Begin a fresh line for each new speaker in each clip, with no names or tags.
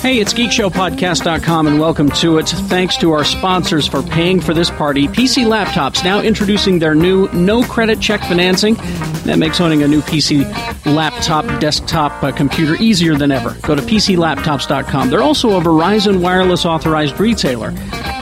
Hey, it's GeekShowPodcast.com and welcome to it. Thanks to our sponsors for paying for this party. PC Laptops now introducing their new no credit check financing that makes owning a new PC laptop, desktop, uh, computer easier than ever. Go to PCLaptops.com. They're also a Verizon wireless authorized retailer.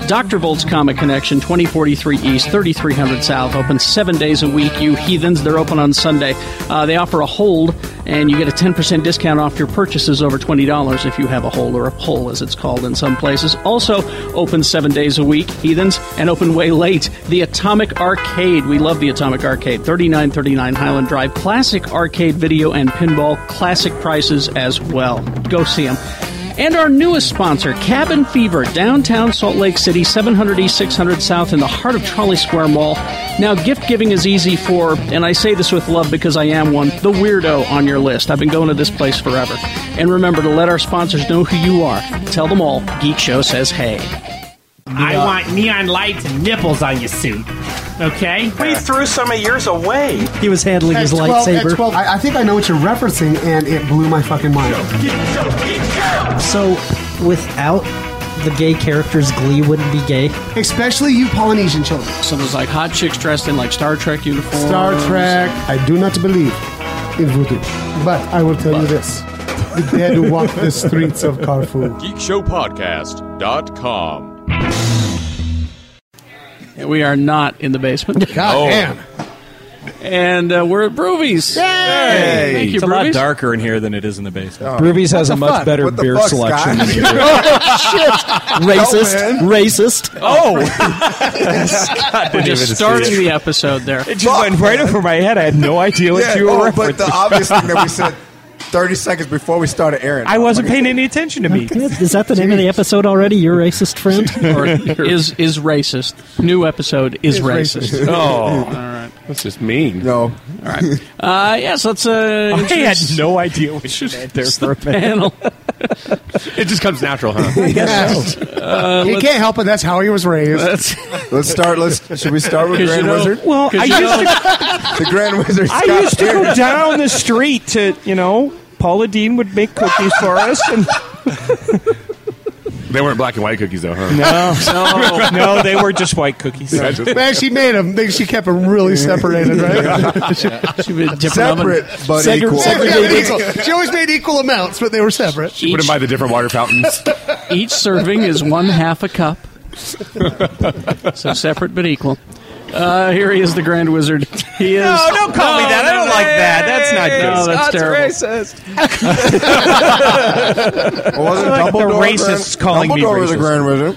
Dr. Volt's Comic Connection, 2043 East, 3300 South, open seven days a week. You heathens, they're open on Sunday. Uh, they offer a hold, and you get a 10% discount off your purchases over $20 if you have a hold or a pull, as it's called in some places. Also, open seven days a week, heathens, and open way late. The Atomic Arcade. We love the Atomic Arcade, 3939 Highland Drive. Classic arcade video and pinball, classic prices as well. Go see them. And our newest sponsor, Cabin Fever, downtown Salt Lake City, 700 East 600 South, in the heart of Trolley Square Mall. Now, gift giving is easy for, and I say this with love because I am one, the weirdo on your list. I've been going to this place forever. And remember to let our sponsors know who you are. Tell them all, Geek Show says hey.
I want neon lights and nipples on your suit. Okay?
We threw some of yours away.
He was handling his
At 12 at
lightsaber.
12 I, I think I know what you're referencing, and it blew my fucking mind.
So, without the gay characters, Glee wouldn't be gay.
Especially you Polynesian children.
So there's like hot chicks dressed in like Star Trek uniforms.
Star Trek. I do not believe in voodoo, but I will tell you this: the dead walk the streets of Carfu.
GeekShowPodcast.com.
We are not in the basement. Oh.
God damn!
and uh, we're at Broovies. Yay! Thank you,
It's a lot
Broovies.
darker in here than it is in the basement.
Ruby's has a much better
Oh. What the
beer
fuck, Scott?
selection. than you do. racist,
No,
racist.
Oh,
We're just starting the episode there.
it just went right over my head. I had no idea what
Yeah,
you were
oh, but
referencing.
the obvious thing that we said 30 seconds before we started airing.
I wasn't paying any attention to me.
Is that the name of the episode already? Your racist friend?
or is is racist. New episode is racist.
Oh,
That's just mean.
No.
Uh, yes, let's uh,
I had
introduce
no idea what you meant there for a minute.
panel.
It just comes natural, huh?
he Oh. can't help it. That's how he was raised.
Uh, Let's start. Let's. Should we start with
'Cause
Grand
you know-
Wizard?
Well, I used, to,
The Grand Wizard. Scott
I used to
Perry.
go down the street to, you know, Paula Dean would make cookies for us, and
they weren't black and white cookies, though, huh?
no, no, they were just white cookies.
I just-
Man, she made him. They- She kept him really separated, right?
She was different
Separate,
oven.
but
Segre-
equal.
segre-
Yeah, equal. She always made equal amounts, but they were separate.
She wouldn't buy the different water fountains.
Each serving is one half a cup. so separate but equal. Uh, here he is, the Grand Wizard. He is. Oh,
No, don't call me that. I don't like that. That's not good.
No, that's terrible.
racist.
Well, wasn't
like the
Dumbledore
racists
Grand,
calling me
Dumbledore was a
racist.
Grand Wizard.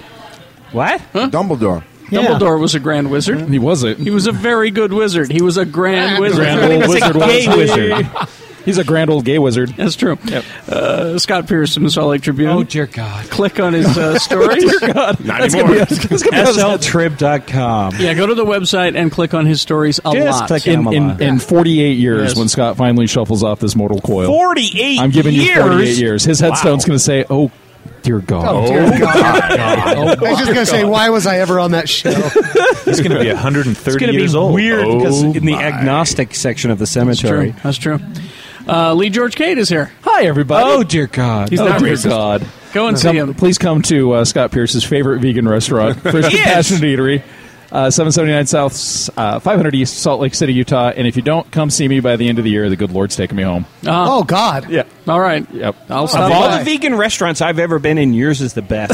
What?
Dumbledore.
Dumbledore was a Grand Wizard.
He wasn't.
He was a very good wizard. He was a Grand Wizard.
Grand old wizard.
gay
was. He's a grand old gay wizard.
That's true. Uh, Scott Pierce from the Salt Lake Tribune.
God.
Click on his uh, story.
Not anymore.
SLtrib.com.
Yeah, go to the website and click on his stories a lot.
In, in, in 48 years,
Yes.
when Scott finally shuffles off this mortal coil,
48
I'm giving
years?
you 48 years. His headstone's going to say, oh, dear
Oh,
God.
dear God. I was just gonna say, why was I ever on that show?
It's going to be 130
It's gonna be years old.
weird
Oh
because in the
my.
agnostic section of the
That's true.
cemetery.
That's true. Uh, Lee George Cade is here.
Hi, everybody. Oh, dear God.
He's
oh,
not
dear
racist.
God.
Go and see
Come-
him.
Please come to uh, Scott Pierce's favorite vegan restaurant, Christian Passionate Eatery, uh, 779 South, uh, 500 East, Salt Lake City, Utah. And if you don't come see me by the end of the year, the good Lord's taking me home.
Oh God!
Yeah.
All right.
Yep.
I'll
Of
stop
all
by.
the vegan restaurants I've ever been in, yours is the best.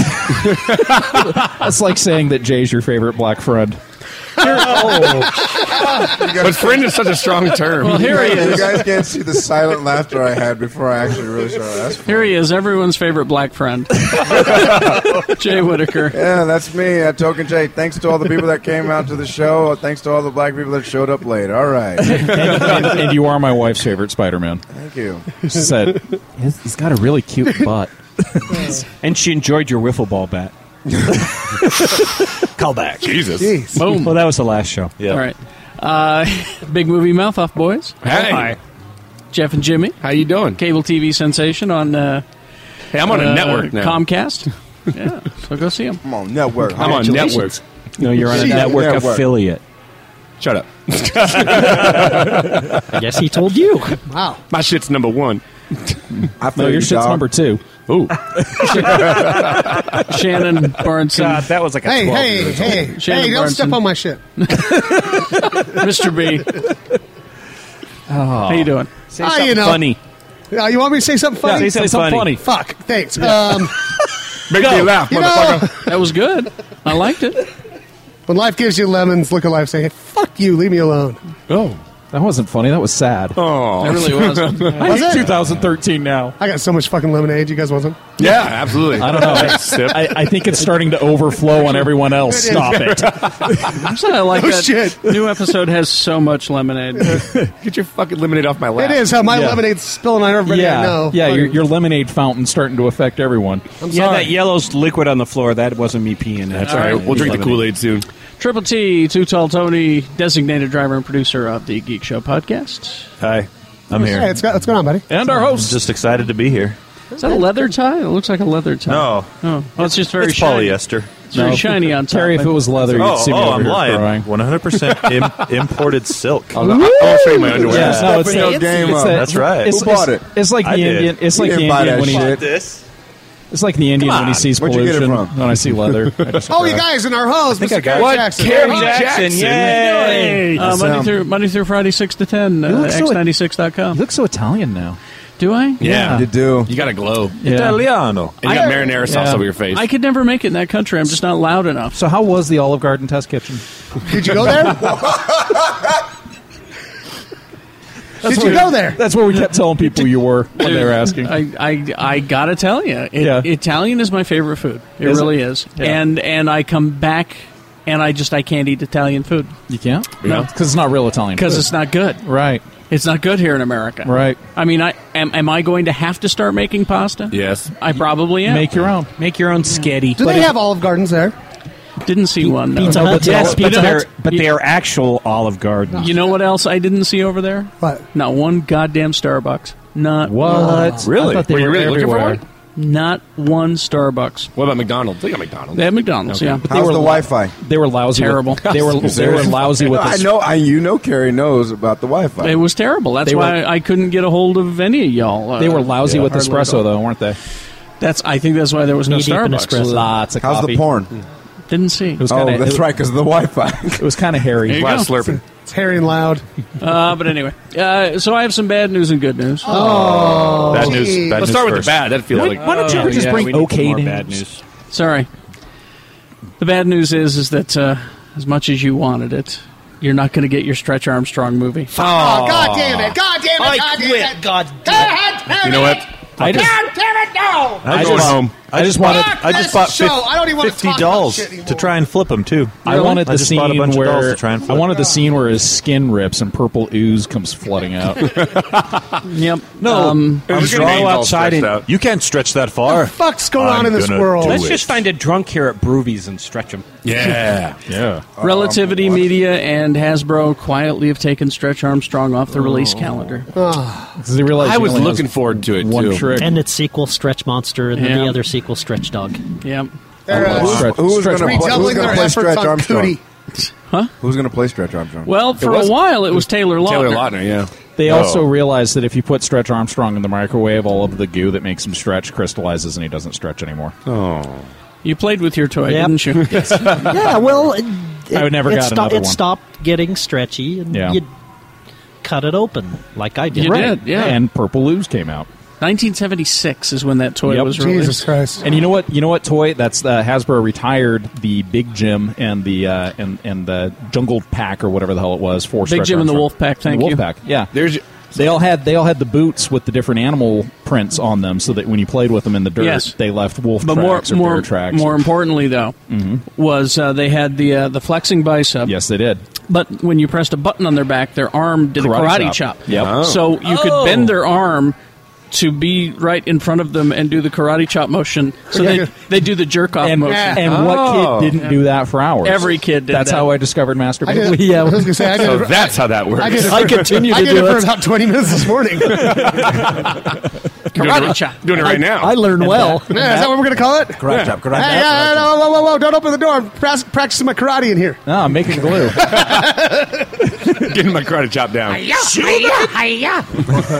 That's like saying that Jay's your favorite black friend.
Oh.
But friend is such a strong term.
well, here he
You
is.
guys can't see the silent laughter I had before I actually really started. That's
Here he is, everyone's favorite black friend, Oh, Jay Whitaker.
Yeah, that's me, uh, Token J. Thanks to all the people that came out to the show. Thanks to all the black people that showed up late. All right. Thank
and, and you are my wife's favorite Spider Man.
you.
She said, "He's- He's got a really cute butt.
and she enjoyed your wiffle ball bat.
Jesus.
Boom.
Well, that was the last show.
All right. Uh, big movie mouth off, boys.
Hey.
Hi. Jeff and Jimmy,
How you doing?
cable TV sensation on uh,
Hey, I'm on a
uh,
network now.
Comcast. Yeah, so go see them.
Come on, network.
I'm on network.
No, you're on a
She's a
network,
network.
affiliate.
Shut up.
I guess he told you.
My shit's number one.
I feel
No, your
you,
shit's
dog.
number two.
Ooh.
Shannon Barnes,
God, that was like a
Hey,
12
hey, hey,
Shannon
hey, don't step
Barneson.
on my shit.
Mr. B. How you doing?
Oh. Say
Ah,
something
you know.
funny.
Uh, you want me to say something funny?
Say something funny.
Fuck, thanks. Um,
Make me laugh,
you
motherfucker.
know,
That was good. I liked it.
when life gives you lemons, look at life saying, fuck you, leave me alone.
Oh, That wasn't funny. That was sad. Oh.
That really was.
I hate
it?
2013 now.
I got so much fucking lemonade. You guys want some?
Yeah, absolutely.
I don't know. I,
Sip.
I, I think it's starting to overflow on everyone else.
It is.
Stop it.
I'm sorry, I like
Oh,
that.
shit.
New episode has so much lemonade.
Get your fucking lemonade off my lap.
It is how my
Yeah.
lemonade's spilling on everybody I
Yeah,
know.
yeah. Your,
Fucking-
your lemonade fountain's starting to affect everyone.
I'm
Yeah,
sorry.
that yellow's liquid on the floor. That wasn't me peeing. That's
All right, we'll drink the Kool Aid soon.
Triple T, Too Tall Tony, designated driver and producer of the Geek Show podcast.
Hi, I'm here.
Hey, it's got, what's going on, buddy?
And our host.
Just excited to be here.
Is that a leather tie? It looks like a leather tie.
No,
Oh, well, it's just very
it's
shiny.
polyester.
It's very shiny on top.
Terry, if it was leather, you'd
Oh,
see me
oh
over
I'm
here
lying.
crying.
100% Im- imported silk.
I'll, I'll show you my underwear.
Yeah, no, it's,
Stepping your game
it's
up.
that-
That's right.
It's,
Who bought
it's-
it?
It's like
I
the
did.
Indian. It's
You
like the
didn't buy
Indian
that
when he.
shit.
This?
It's like the Indian when he sees
Where'd you get it
pollution.
from?
When I see leather. I just-
Oh, you guys in our house, Mr.
I got
Gary
it.
Jackson.
Terry
Hey,
Jackson,
Jackson.
yay!
Uh, Monday, through, Monday through Friday, 6 to 10, uh,
look so-
x96.com.
You look so Italian now.
Do I?
Yeah.
You do.
You got a glow. And
Yeah.
Italiano.
you got marinara sauce
Yeah.
over your face.
I could never make it in that country. I'm just not loud enough.
So how was the Olive Garden test kitchen?
Did you go there? Did you go there?
That's where we kept telling people you were when they were asking.
I, I, I gotta tell you, it,
Yeah.
Italian is my favorite food. It
Is it?
really is.
Yeah.
And and I come back and I just I can't eat Italian food
You can't?
No.
because it's not real Italian.
because
food.
it's not good.
right.
It's not good here in America.
Right.
I mean, I am, am I going to have to start making pasta?
yes.
I probably am.
Make your own.
Make your own sketty.
Do they have Olive Gardens there?
didn't see one. though.
Pizza
Yes,
Hut. Yes,
but
Pizza
they're,
Hut.
but they are actual Olive Garden.
You know what else I didn't see over there?
What?
Not one goddamn Starbucks. Not
What?
Really?
I thought they
Were you really looking for
everywhere.
one?
Not one Starbucks.
What about McDonald's? They got McDonald's.
They have McDonald's. Yeah. But they
How's
were
the
lo-
Wi-Fi?
They were lousy. with-
Terrible.
they were they were lousy with
I
us.
know. I you know. Carrie knows about the Wi-Fi.
It was terrible. That's
They were-
why I couldn't get a hold of any of y'all. Uh,
They were lousy with
hardly at all.
espresso though, weren't they?
That's. I think that's why there was no
Knee-deep in
Starbucks.
espresso.
Lots of
How's
coffee.
the porn?
Didn't see.
It was
Oh,
kind of
that's right, because of the Wi-Fi.
it was kind of
There
hairy.
you go. slurping.
It's hairy and loud.
Uh, but anyway, uh, so I have some bad news and good news.
Oh,
Bad news. Bad
Let's
news
start with
first.
the bad. That feels like.
uh,
Why don't you just bring okay
more
news?
bad news.
Sorry. The bad news is, is that uh, as much as you wanted it, you're not going to get your Stretch Armstrong movie.
Oh, God damn it! God damn it! God damn it! God damn it!
You know what?
I just,
God damn it! No!
I
I'm
just,
going home.
I just wanted.
Fuck
I
this
just bought
show. I don't even wanna
50
talk about
dolls
shit anymore.
to try and flip them too.
I wanted the
I just
scene
bought a bunch of dolls
where
to try and
I
flip.
wanted the scene where his skin rips and purple ooze comes flooding out.
Yep.
No,
I'm
just gonna go outside and-
you can't stretch that far.
Fuck's going
I'm
on in this
gonna
world?
do
Let's
it.
just find a drunk here at Broovies and stretch him.
Yeah.
yeah.
Oh,
Relativity Media and Hasbro quietly have taken Stretch Armstrong off the release
Oh.
calendar.
Because they realized
I
he
was
only
looking
has
forward to it
one
too.
trick.
And its sequel, Stretch Monster, and
then the Yeah. other
sequel, Stretch Dog.
Yep.
They're, uh,
Stretch-
Who's
stretch
gonna-
marks.
who's
redoubling
gonna
their
play
efforts
Stretch
on
Armstrong?
Cootie.
Who's going to play Stretch Armstrong?
Well, for a
was-
while it was Taylor Lautner.
Taylor Lautner, yeah.
They
Oh.
also realized that if you put Stretch Armstrong in the microwave, all of the goo that makes him stretch crystallizes and he doesn't stretch anymore.
Oh.
You played with your toy,
Yep.
didn't you?
yeah, well, it,
I would never
it,
got
sto-
another
it
one.
stopped getting stretchy, and
Yeah.
you cut it open like I did.
You did. yeah.
And Purple Ooze came out.
1976 is when that toy
Yep.
was released.
Jesus Christ!
And you know what? You know what toy? That's uh, Hasbro retired the Big Jim and the uh, and and the Jungle Pack or whatever the hell it was for
Big
Stretch
Jim and the
Armstrong.
Wolf Pack, thank you.
the Wolf Pack. Yeah.
There's
They all had they all had the boots with the different animal prints on them, so that when you played with them in the dirt,
Yes.
they left wolf
But more,
tracks or
more,
bear tracks. Mm-hmm.
more importantly, though, was uh, they had the uh, the flexing bicep.
yes, they did.
But when you pressed a button on their back, their arm did
Karate
a karate
chop.
chop.
Yep.
So you could bend their arm to be right in front of them and do the karate chop motion. So
Yeah.
they, they do the jerk off
And,
motion.
and
Oh.
what kid didn't do that for hours?
Every kid did
That's
that.
how I discovered
I did
masturbation.
it- I was gonna say, I did So it- that's
how that
I did it for, I did it for about 20 minutes this morning.
Doing it, doing it right now.
Yeah, is that what we're going to call it?
Karate Yeah. chop, karate
hey,
chop, Ah,
hey, hey,
karate
whoa, whoa, whoa, whoa, don't open the door. I'm pra- practicing my karate in here.
No, I'm making glue.
Getting my karate chop down.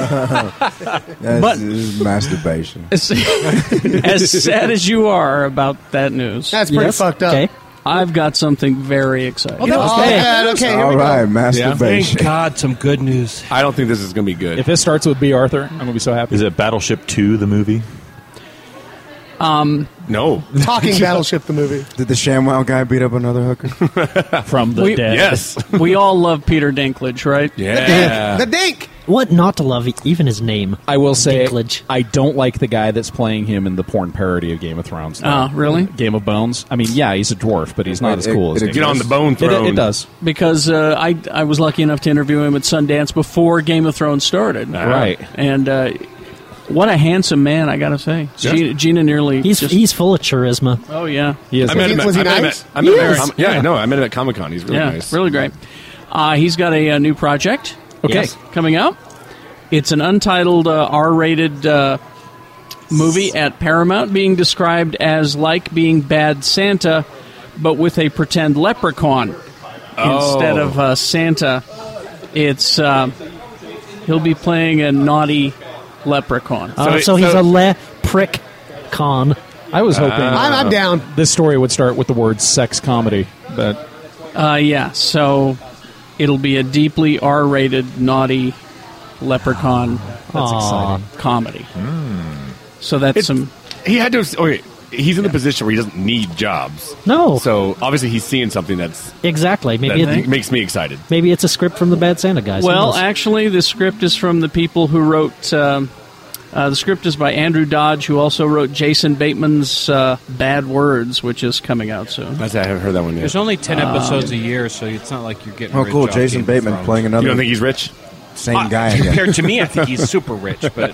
That's
But-
is masturbation.
As, as sad as you are about that news,
That's pretty Yes. fucked up. Okay.
I've got something very exciting.
Oh, that was Oh, bad. bad. Okay, here we All right, go. masturbation.
Thank God, some good news. I don't think this is going to be good.
If this starts with B. Arthur, I'm going to be so happy.
Is it Battleship Two, the movie?
Um,
No.
Talking Battleship, the movie.
Did the ShamWow guy beat up another hooker?
From
we, we all love Peter Dinklage, right?
The dink.
What not to love? Even his name.
I will say, I don't like the guy that's playing him in the porn parody of Game of Thrones.
Oh, really?
Game of Bones. I mean, yeah, he's a dwarf, but he's not as cool as Game of Thrones. It- It, does.
because uh, I I was lucky enough to interview him at Sundance before Game of Thrones started.
Right.
and uh, what a handsome man! I gotta say,
Yeah.
Gina, Gina nearly
He's
just-
he's full of charisma.
Oh yeah,
I met him. at- I met him at- I met him at- Yeah, I know. I met him at Comic Con. He's really
yeah,
nice.
really great. Uh, he's got a, uh new project.
Okay.
coming out. It's an untitled uh, R-rated uh, movie at Paramount, being described as like being Bad Santa, but with a pretend leprechaun
Oh.
instead of uh, Santa. It's uh, he'll be playing a naughty leprechaun.
Um,
Uh, so, he's a le prick con.
I was hoping.
I'm- I'm down.
This story would start with the word sex comedy, but
Uh, yeah, so it'll be a deeply R-rated, naughty leprechaun
Aw.
comedy.
Mm.
So that's
It's-
some.
He had to. have- Okay, he's in the position where he doesn't need jobs.
No.
So obviously he's seeing something that's
Exactly. Maybe
that
it,
makes me excited.
maybe it's a script from the Bad Santa guys. Who
Well,
knows?
actually, the script is from the people who wrote. Um, uh, the script is by Andrew Dodge, who also wrote Jason Bateman's uh, Bad Words, which is coming out soon.
I haven't heard that one yet.
There's only ten
Uh,
Um,
episodes a year, so it's not like you're getting.
Oh,
rich
cool.
off Game
Jason
of
Bateman
Thrones.
playing another.
You don't think he's rich?
Same
Uh,
guy. Again.
Compared to me, I think he's super rich, but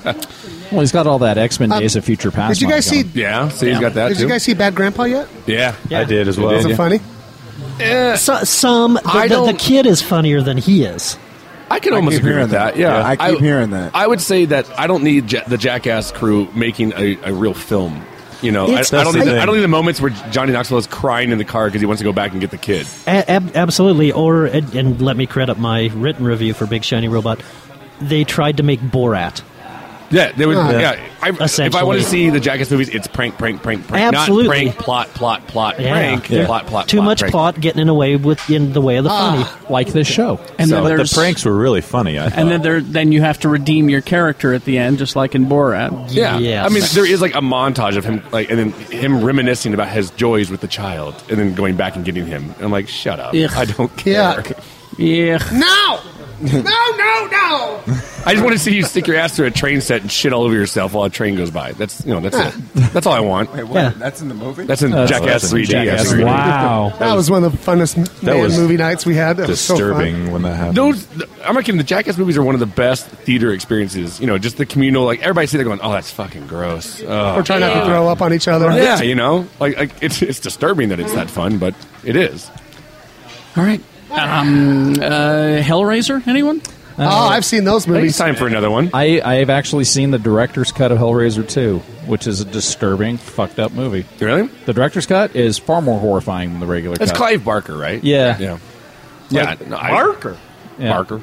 well, he's got all that X Men
Um,
Days of Future Past.
did you guys
money
see-
going.
Yeah, so
he's got that
Did you guys see Bad Grandpa yet?
Yeah,
I did as well.
Is it funny?
So, some the,
eh. I
the- the
don't-
kid is funnier than he is.
I can
I
almost
keep
agree
hearing
with
that.
that. Yeah,
Yeah, I keep hearing that.
I would say that I don't need ja- the Jackass crew making a, a real film. You know, I,
It's-
I don't
That's
need.
the
The, I
thing.
don't need the moments where Johnny Knoxville is crying in the car because he wants to go back and get the kid.
A- ab- absolutely. Or and, and let me credit my written review for Big Shiny Robot. They tried to make Borat.
Yeah, they would.
Yeah.
yeah, I, if I
Essentially.
want to see the Jackass movies, it's prank, prank, prank, prank,
Absolutely.
not prank, plot, plot, plot,
Yeah.
prank,
Yeah.
plot, plot,
Too
plot,
much
prank.
plot getting in the way with in the way of the
Ah.
funny,
like this show.
And
So-
then
but the
there's-
pranks were really funny. I
And then there, then you have to redeem your character at the end, just like in Borat.
Yeah, I mean, there is like a montage of him, like, and then him reminiscing about his joys with the child, and then going back and getting him. And I'm like, shut up,
Ugh.
I don't care.
Yeah,
No! No, no, no!
I just want to see you stick your ass through a train set and shit all over yourself while a train goes by. That's you know, that's it.
Ah.
That's all I want.
Wait, what? That's in the movie.
That's in
That's-
Jackass
that's in
3D.
Jackass
I think.
3D. Wow.
That was one of the funnest
That
man
was
movie nights we had. That was so fun.
disturbing when that happened.
Those, th- I'm not kidding. The Jackass movies are one of the best theater experiences. You know, just the communal. Like everybody sitting there going, "Oh, that's fucking gross." Oh,
We're trying not to
God."
throw up on each other.
Yeah, you know, like, like it's it's disturbing that it's that fun, but it is.
All right. Um, uh, Hellraiser, anyone?
oh,
Uh,
I've seen those movies.
time for another one.
Uh, I I have actually seen the director's cut of Hellraiser 2, which is a disturbing, fucked up movie.
Really?
The director's cut is far more horrifying than the regular
That's
cut.
Clive Barker, right?
Yeah.
yeah, yeah. no, I-
Barker.
Yeah.
Barker.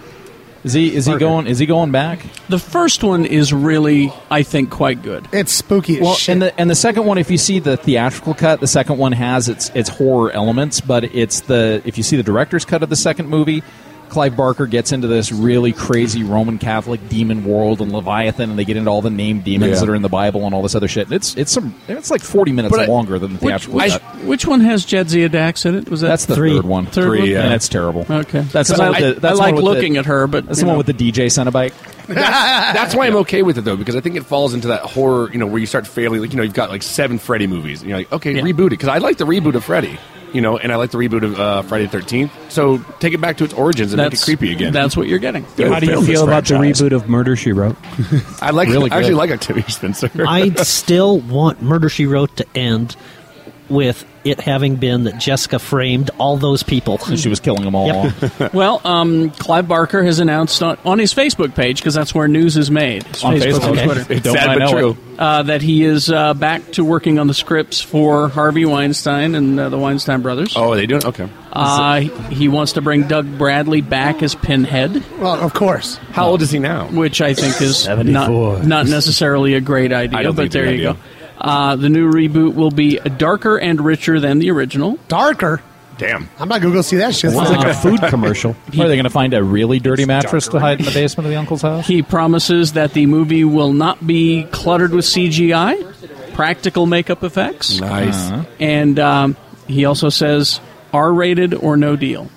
Is he is he going is he going back?
The first one is really, I think, quite good.
It's spooky as
Well,
shit.
and the and the second one, if you see the theatrical cut, the second one has its its horror elements, but it's the if you see the director's cut of the second movie, Clive Barker gets into this really crazy Roman Catholic demon world and Leviathan, and they get into all the named demons
Yeah.
that are in the Bible and all this other shit. And it's it's some it's like forty minutes
But I-
longer than the
Which,
theatrical
which,
cut.
which one has Jedzia Dax in it? Was that
That's the third one.
Third
Three,
one?
yeah. And it's terrible.
Okay,
That's the
I,
one with the-
I
that's the
like
one with the-
looking at her, but
That's
you
the
know.
one with the DJ Cenobite.
Ah.
That's why I'm okay with it though, because I think it falls into that horror, you know, where you start failing. Like, you know, you've got like seven Freddy movies, and you're like, okay, reboot it, because I like the reboot of Freddy. you know, and I like the reboot of uh, Friday the Thirteenth. So take it back to its origins and
That's-
make it creepy again.
that's what you're getting.
They
How do you
failed this
feel about the
franchise.
reboot of Murder She Wrote?
I like.
Really
I actually
good.
like Octavia Spencer.
I still want Murder She Wrote to end with it having been that Jessica framed all those people.
she was killing them all
well, um, Clive Barker has announced on, on his Facebook page because that's where news is made.
On Facebook,
and
okay. It's Don't sad I but know true.
it, Uh, that he is uh, back to working on the scripts for Harvey Weinstein and uh, the Weinstein brothers.
Oh, are they doing okay.
Uh, he wants to bring Doug Bradley back as Pinhead.
Well, of course.
How old is he now?
Which I think is not,
74.
not necessarily a great idea,
I don't
but
think it's a
there you
good
go. Uh, the new reboot will be darker and richer than the original.
Darker?
Damn.
I'm not going to go see that shit.
Sounds like a food commercial. Are they going to find a really dirty mattress to hide in the basement of the uncle's house?
He promises that the movie will not be cluttered with CGI, practical makeup effects.
Nice. Uh-huh.
And um, he also says R rated or no deal.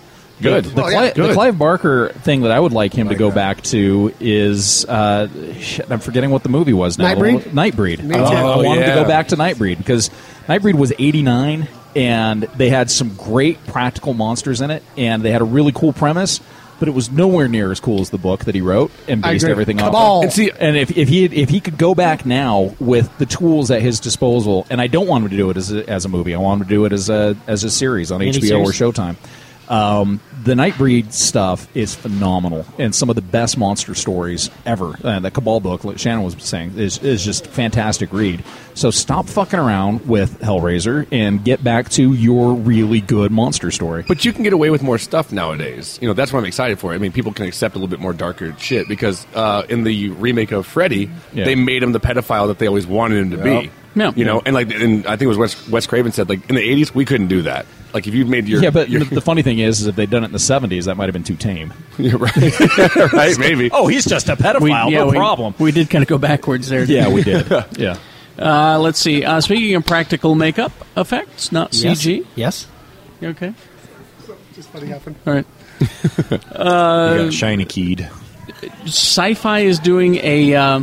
Oh,
The,
Oh,
the, Cli- the Clive Barker thing that I would like him to go back to is uh, shit, I'm forgetting what the movie was now.
Nightbreed?
Nightbreed.
Me
I
too.
want, I
Oh,
want him to
yeah.
go back to Nightbreed because Nightbreed was 89 and they had some great practical monsters in it and they had a really cool premise. But it was nowhere near as cool as the book that he wrote and
I
based
agree.
everything off.
Cabal.
of.
And see-
and if, if he if he could go back now with the tools at his disposal, and I don't want him to do it as a, as a movie. I want him to do it as a as a series on
Any
HBO or
series?
Showtime. Um, the Nightbreed stuff is phenomenal, and some of the best monster stories ever. Uh, the Cabal book, like Shannon was saying, is is just fantastic read. So stop fucking around with Hellraiser and get back to your really good monster story.
But you can get away with more stuff nowadays. You know, that's what I'm excited for. I mean, people can accept a little bit more darker shit because uh, in the remake of Freddy,
Yeah.
they made him the pedophile that they always wanted him to
Yep.
be.
Yeah.
You know, and like, and I think it was Wes, Wes Craven said, like, in the 80s, we couldn't do that. Like, if you made your.
yeah, but
your,
the, the funny thing is, is if they'd done it in the '70s, that might have been too tame.
You're right. right, maybe.
Oh, he's just a pedophile. no problem.
We did kind of go backwards there.
Yeah,
didn't
we did. yeah.
Uh, let's see. Uh, speaking of practical makeup effects, not
Yes.
CG.
Yes.
You okay?
Just let it happen.
All right. Uh,
you got shiny keyed.
Sci-fi is doing a uh,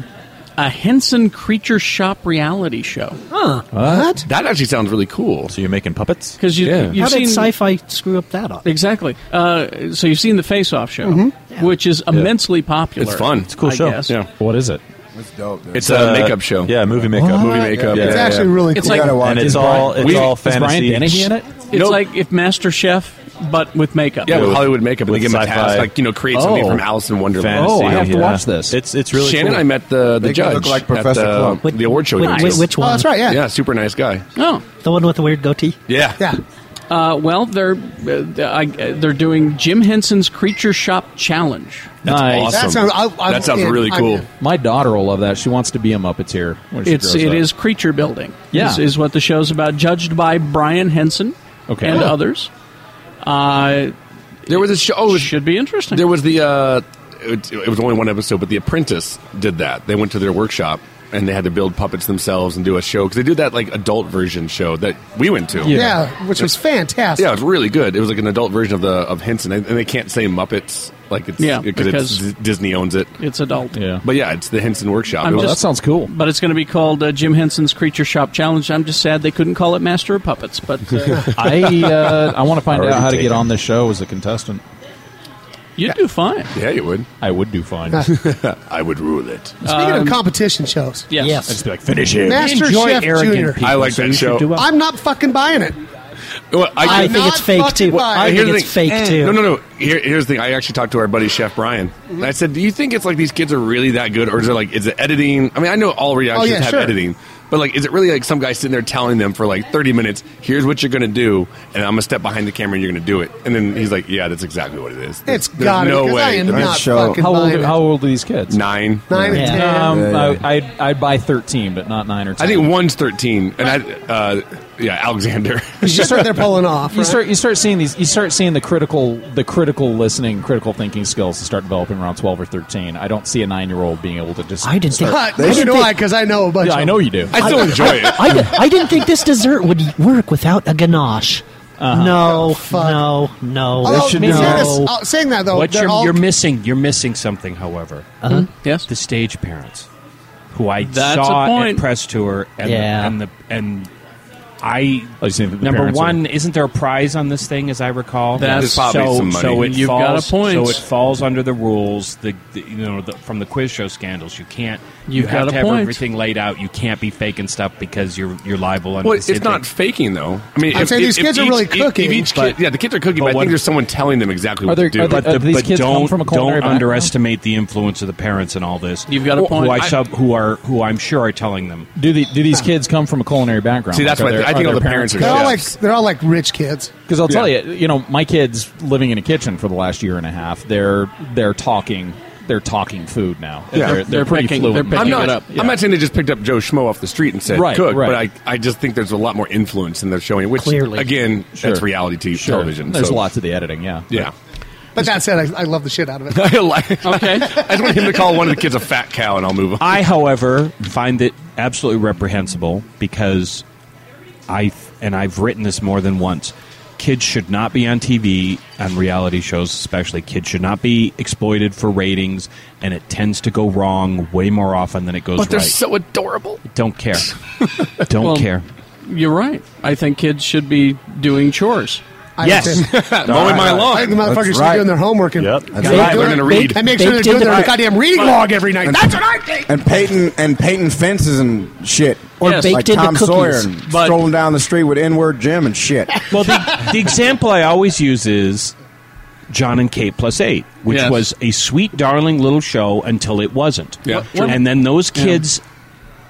a Henson Creature Shop reality show. Huh.
What?
That actually sounds really cool.
So you're making puppets?
'Cause you- Yeah. you've
How
seen-
did sci-fi screw up that up? Mm-hmm.
Exactly. Uh, so you've seen the Face Off show, which is immensely popular.
It's fun. It's a cool
I
show.
guess.
Yeah.
What is it?
It's dope. dude.
It's a makeup show.
Yeah, movie makeup.
What? Movie makeup,
Oh, Yeah,
It's
yeah,
actually
yeah.
really cool. You gotta watch
And
it.
it's all it's
We-
all
is Brian
fantasy.
Dennehy in it?
It's like if Master Chef, but with makeup.
Yeah, with Hollywood makeup, and they give him a task, like you know, create something
Oh.
from Alice in Wonderland.
Fantasy, Oh, I have to yeah. watch this. It's- it's really
Shannon.
cool.
I met the the
Make it
judge,
look like
at
Professor
the,
Clump.
the award show. he
Which-
did.
which Oh, one? that's right, yeah.
yeah, super nice guy.
Oh,
the one with the weird goatee.
Yeah,
yeah.
Uh, well, they're uh, I, uh, they're doing Jim Henson's Creature Shop Challenge.
That's Nice. awesome. That sounds- I- I'm That sounds in. really I'm cool. in. My daughter will love that. She wants to be a Muppeteer. When she
It's
grows
it
up.
is creature building.
Yeah.
is, is what the show's about. Judged by Brian Henson,
Okay.
and
Oh.
Huh.
others. Uh,
there was a show.
should be interesting.
There was the uh, it, it was only one episode, but The Apprentice did that. They went to their workshop and they had to build puppets themselves and do a show because they do that like adult version show that we went to.
Yeah, which was fantastic.
Yeah, it was really good. It was like an adult version of the of Henson, and and they can't say Muppets like it's
Yeah,
because
because-
it's, D- Disney owns it.
It's adult.
Yeah,
but yeah, it's the Henson Workshop.
I'm
It was-
just-
cool.
But it's going to be called uh, Jim Henson's Creature Shop Challenge. I'm just sad they couldn't call it Master of Puppets. But uh,
I uh, I want to find out how to get on this show as a contestant.
You'd do fine.
Yeah, you would.
I would do fine.
I would rule it.
Speaking of
Um,
competition shows,
yes.
I'd just be like, finish him.
Master
Um, Enjoy
Chef
arrogant
Junior.
people, I like so that you should show. do well.
I'm not fucking buying it.
Well,
I think it's fake, too. I
here's
think
the
it's
thing.
fake, too.
No, no, no. Here, here's the thing. I actually talked to our buddy Chef Brian.
Mm-hmm.
And I said, "Do you think it's like these kids are really that good, or is it like is it editing? I mean, I know all reactions
Oh, yeah,
have
sure.
editing, but like, is it really like some guy sitting there telling them for like 30 minutes, here's what you're going to do, and I'm going to step behind the camera and you're going to do it, and then he's like, yeah, that's exactly what it is.
It's
There's
gotta be,
no
'cause
way.
I am
that they
not
show-
fucking How old- buying it. how
old are these kids?
Nine,
Nine and ten.
Um,
Yeah, yeah, yeah.
I, I'd, I'd buy 13, but not 9 or 10.
I think one's 13, and I, uh, yeah, Alexander.
You start you start seeing these you start seeing the critical the critical listening, critical thinking skills to start developing around 12 or 13. I don't see a 9-year-old being able to just I didn't
But neither do I, because I know a bunch.
Yeah,
of
I
them.
know you do. I still enjoy it.
I, di- I didn't think this dessert would work without a ganache. No, no, no,
Although, saying, this,
no.
uh, saying that though,
What
they're
you're,
all Hmm?
you're missing, you're missing something. However,
Uh-huh.
yes,
the stage parents, who I
That's a
saw
point.
at press tour, and
Yeah.
the, and the and I
Oh,
number
parents are-
one, isn't there a prize on this thing? As I recall,
That's
so.
probably some money.
So it
You've got
falls.
a point.
So it falls under the rules. The, the you know the, from the quiz show scandals, you can't. you
You've
have
got
to
a
have
point.
everything laid out. You can't be faking stuff because you're you're liable under.
Well,
the
it's
state
not
thing.
faking though. I mean,
I'd
if,
say
if-
these
if
kids are
each-
really
if-
cooking,
If each
but-
kid, yeah, the kids are cooking,
but
but, I
what-
think there's someone telling them exactly
Are
what
there-
to do.
are there- But the- do these but kids come don't- from a culinary don't background? underestimate
the influence of the parents and all this.
You've got
Who- Who I,
I-
sub, who are who I'm sure are telling them.
Do the, do these kids come from a culinary background?
See, that's
Like,
what I
are
think- I think
there-
all
there
the parents
They're all like they're all like rich kids.
Because I'll tell you, you know, my kids living in a kitchen for the last year and a half, they're they're talking, they're talking food now. they're, they're, pretty fluent.
I'm not, I'm not saying they just picked up Joe Schmo off the street and said
Right,
cook,
right.
but I, I just think there's a lot more influence in their showing, which
Clearly.
again,
Sure.
that's reality t-
Sure.
television.
There's
so-
lots of the editing, yeah.
Yeah.
But that said, I, I love the shit out of it.
I like-
okay.
I just want him to call one of the kids a fat cow, and I'll move on.
I, however, find it absolutely reprehensible because I and I've written this more than once. Kids should not be on TV on reality shows, especially. Kids should not be exploited for ratings, and it tends to go wrong way more often than it goes
but they're
right.
so adorable.
Don't care. Don't
Well,
care.
You're right. I think kids should be doing chores.
I Yes. don't-
Mowing my lawn.
I think the motherfuckers
That's
should be
right.
doing their homework and
Yep. That's
They
right.
do it.
Learning to read.
and make sure
They
they're
did
doing
the
their
right-
goddamn reading
Right.
log every night.
And-
That's what I think.
And painting and painting fences and shit,
Or Yes. baked
like
in the
Tom
cookies.
Sawyer and
But-
strolling down the street with N-word Jim and shit.
Well, the, the example I always use is John and Kate plus eight, which
Yes.
was a sweet, darling little show until it wasn't.
Yeah.
What-
and then those
Yeah.
kids.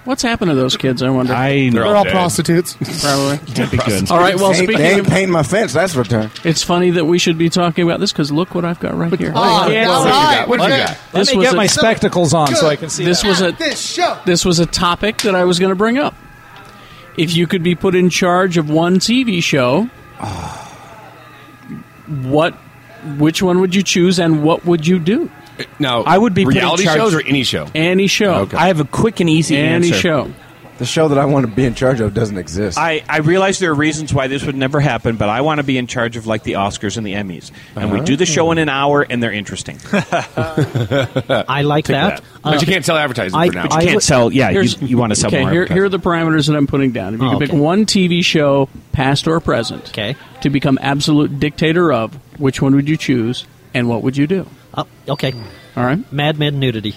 What's happened to those kids? I wonder.
I
They're all prostitutes.
Probably.
Can't be good.
All right. Well,
They ain't- they
speaking
ain't
of,
painting my fence. That's for turn.
it's funny that we should be talking about this because look what I've got right here.
Oh, yeah, all right. What you got?
Let me get my spectacles on so I
Good.
can see
This
that.
was a
This show.
this was a topic that I was going to bring up. If you could be put in charge of one TV show, what, which one would you choose, and what would you do?
Now,
I would be put in
Oh, reality
charge-
shows or any show.
Any show.
I have a quick and easy
Any
answer.
show.
The show that I want to be in charge of doesn't exist.
I, I realize there are reasons why this would never happen, but I want to be in charge of like the Oscars and the Emmys, and we
Uh-huh.
do the show in an hour, and they're interesting.
I like
Take
that. Uh,
that. But you can't sell advertising for now. But you can't
would-
sell- yeah, you-
Here's-
you wanna sell
okay,
more
Here, here are the parameters that I'm putting down. If you
Oh,
could pick
okay.
one TV show, past or present, okay. to become absolute dictator of, which one would you choose, and what would you do?
Oh, okay.
All right.
Mad Men nudity.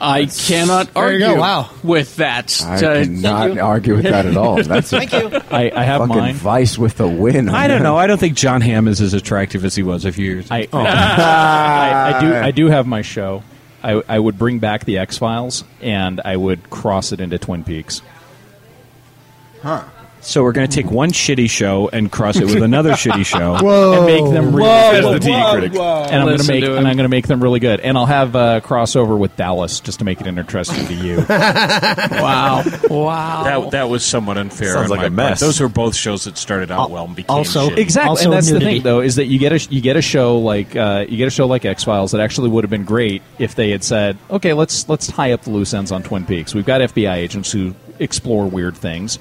I cannot
There you
argue
go, wow.
with that.
I
Uh,
cannot
thank you.
argue with that at all. That's
Thank you.
I, I have
fucking
mine.
vice with the win.
I don't know. I don't think John Hamm is as attractive as he was a few years. ago.
I, I, I do. I do have my show. I, I would bring back the X Files and I would cross it into Twin Peaks.
Huh.
So we're going to take one shitty show and cross it with another shitty show
Whoa.
and make them really
Whoa,
good.
whoa, As the TV whoa, critic. whoa. And I'm gonna
Listen
make
to
and
him.
I'm gonna make them really good. And I'll have a crossover with Dallas just to make it interesting to you.
wow, wow.
That, that was somewhat unfair.
Sounds
on
like
my
a mess.
part. Those were both shows that started out well and became shitty.
exactly, and that's the thing though is that you get a you get a show like uh, you get a show like X Files that actually would have been great if they had said, okay, let's let's tie up the loose ends on Twin Peaks. We've got FBI agents who explore weird things.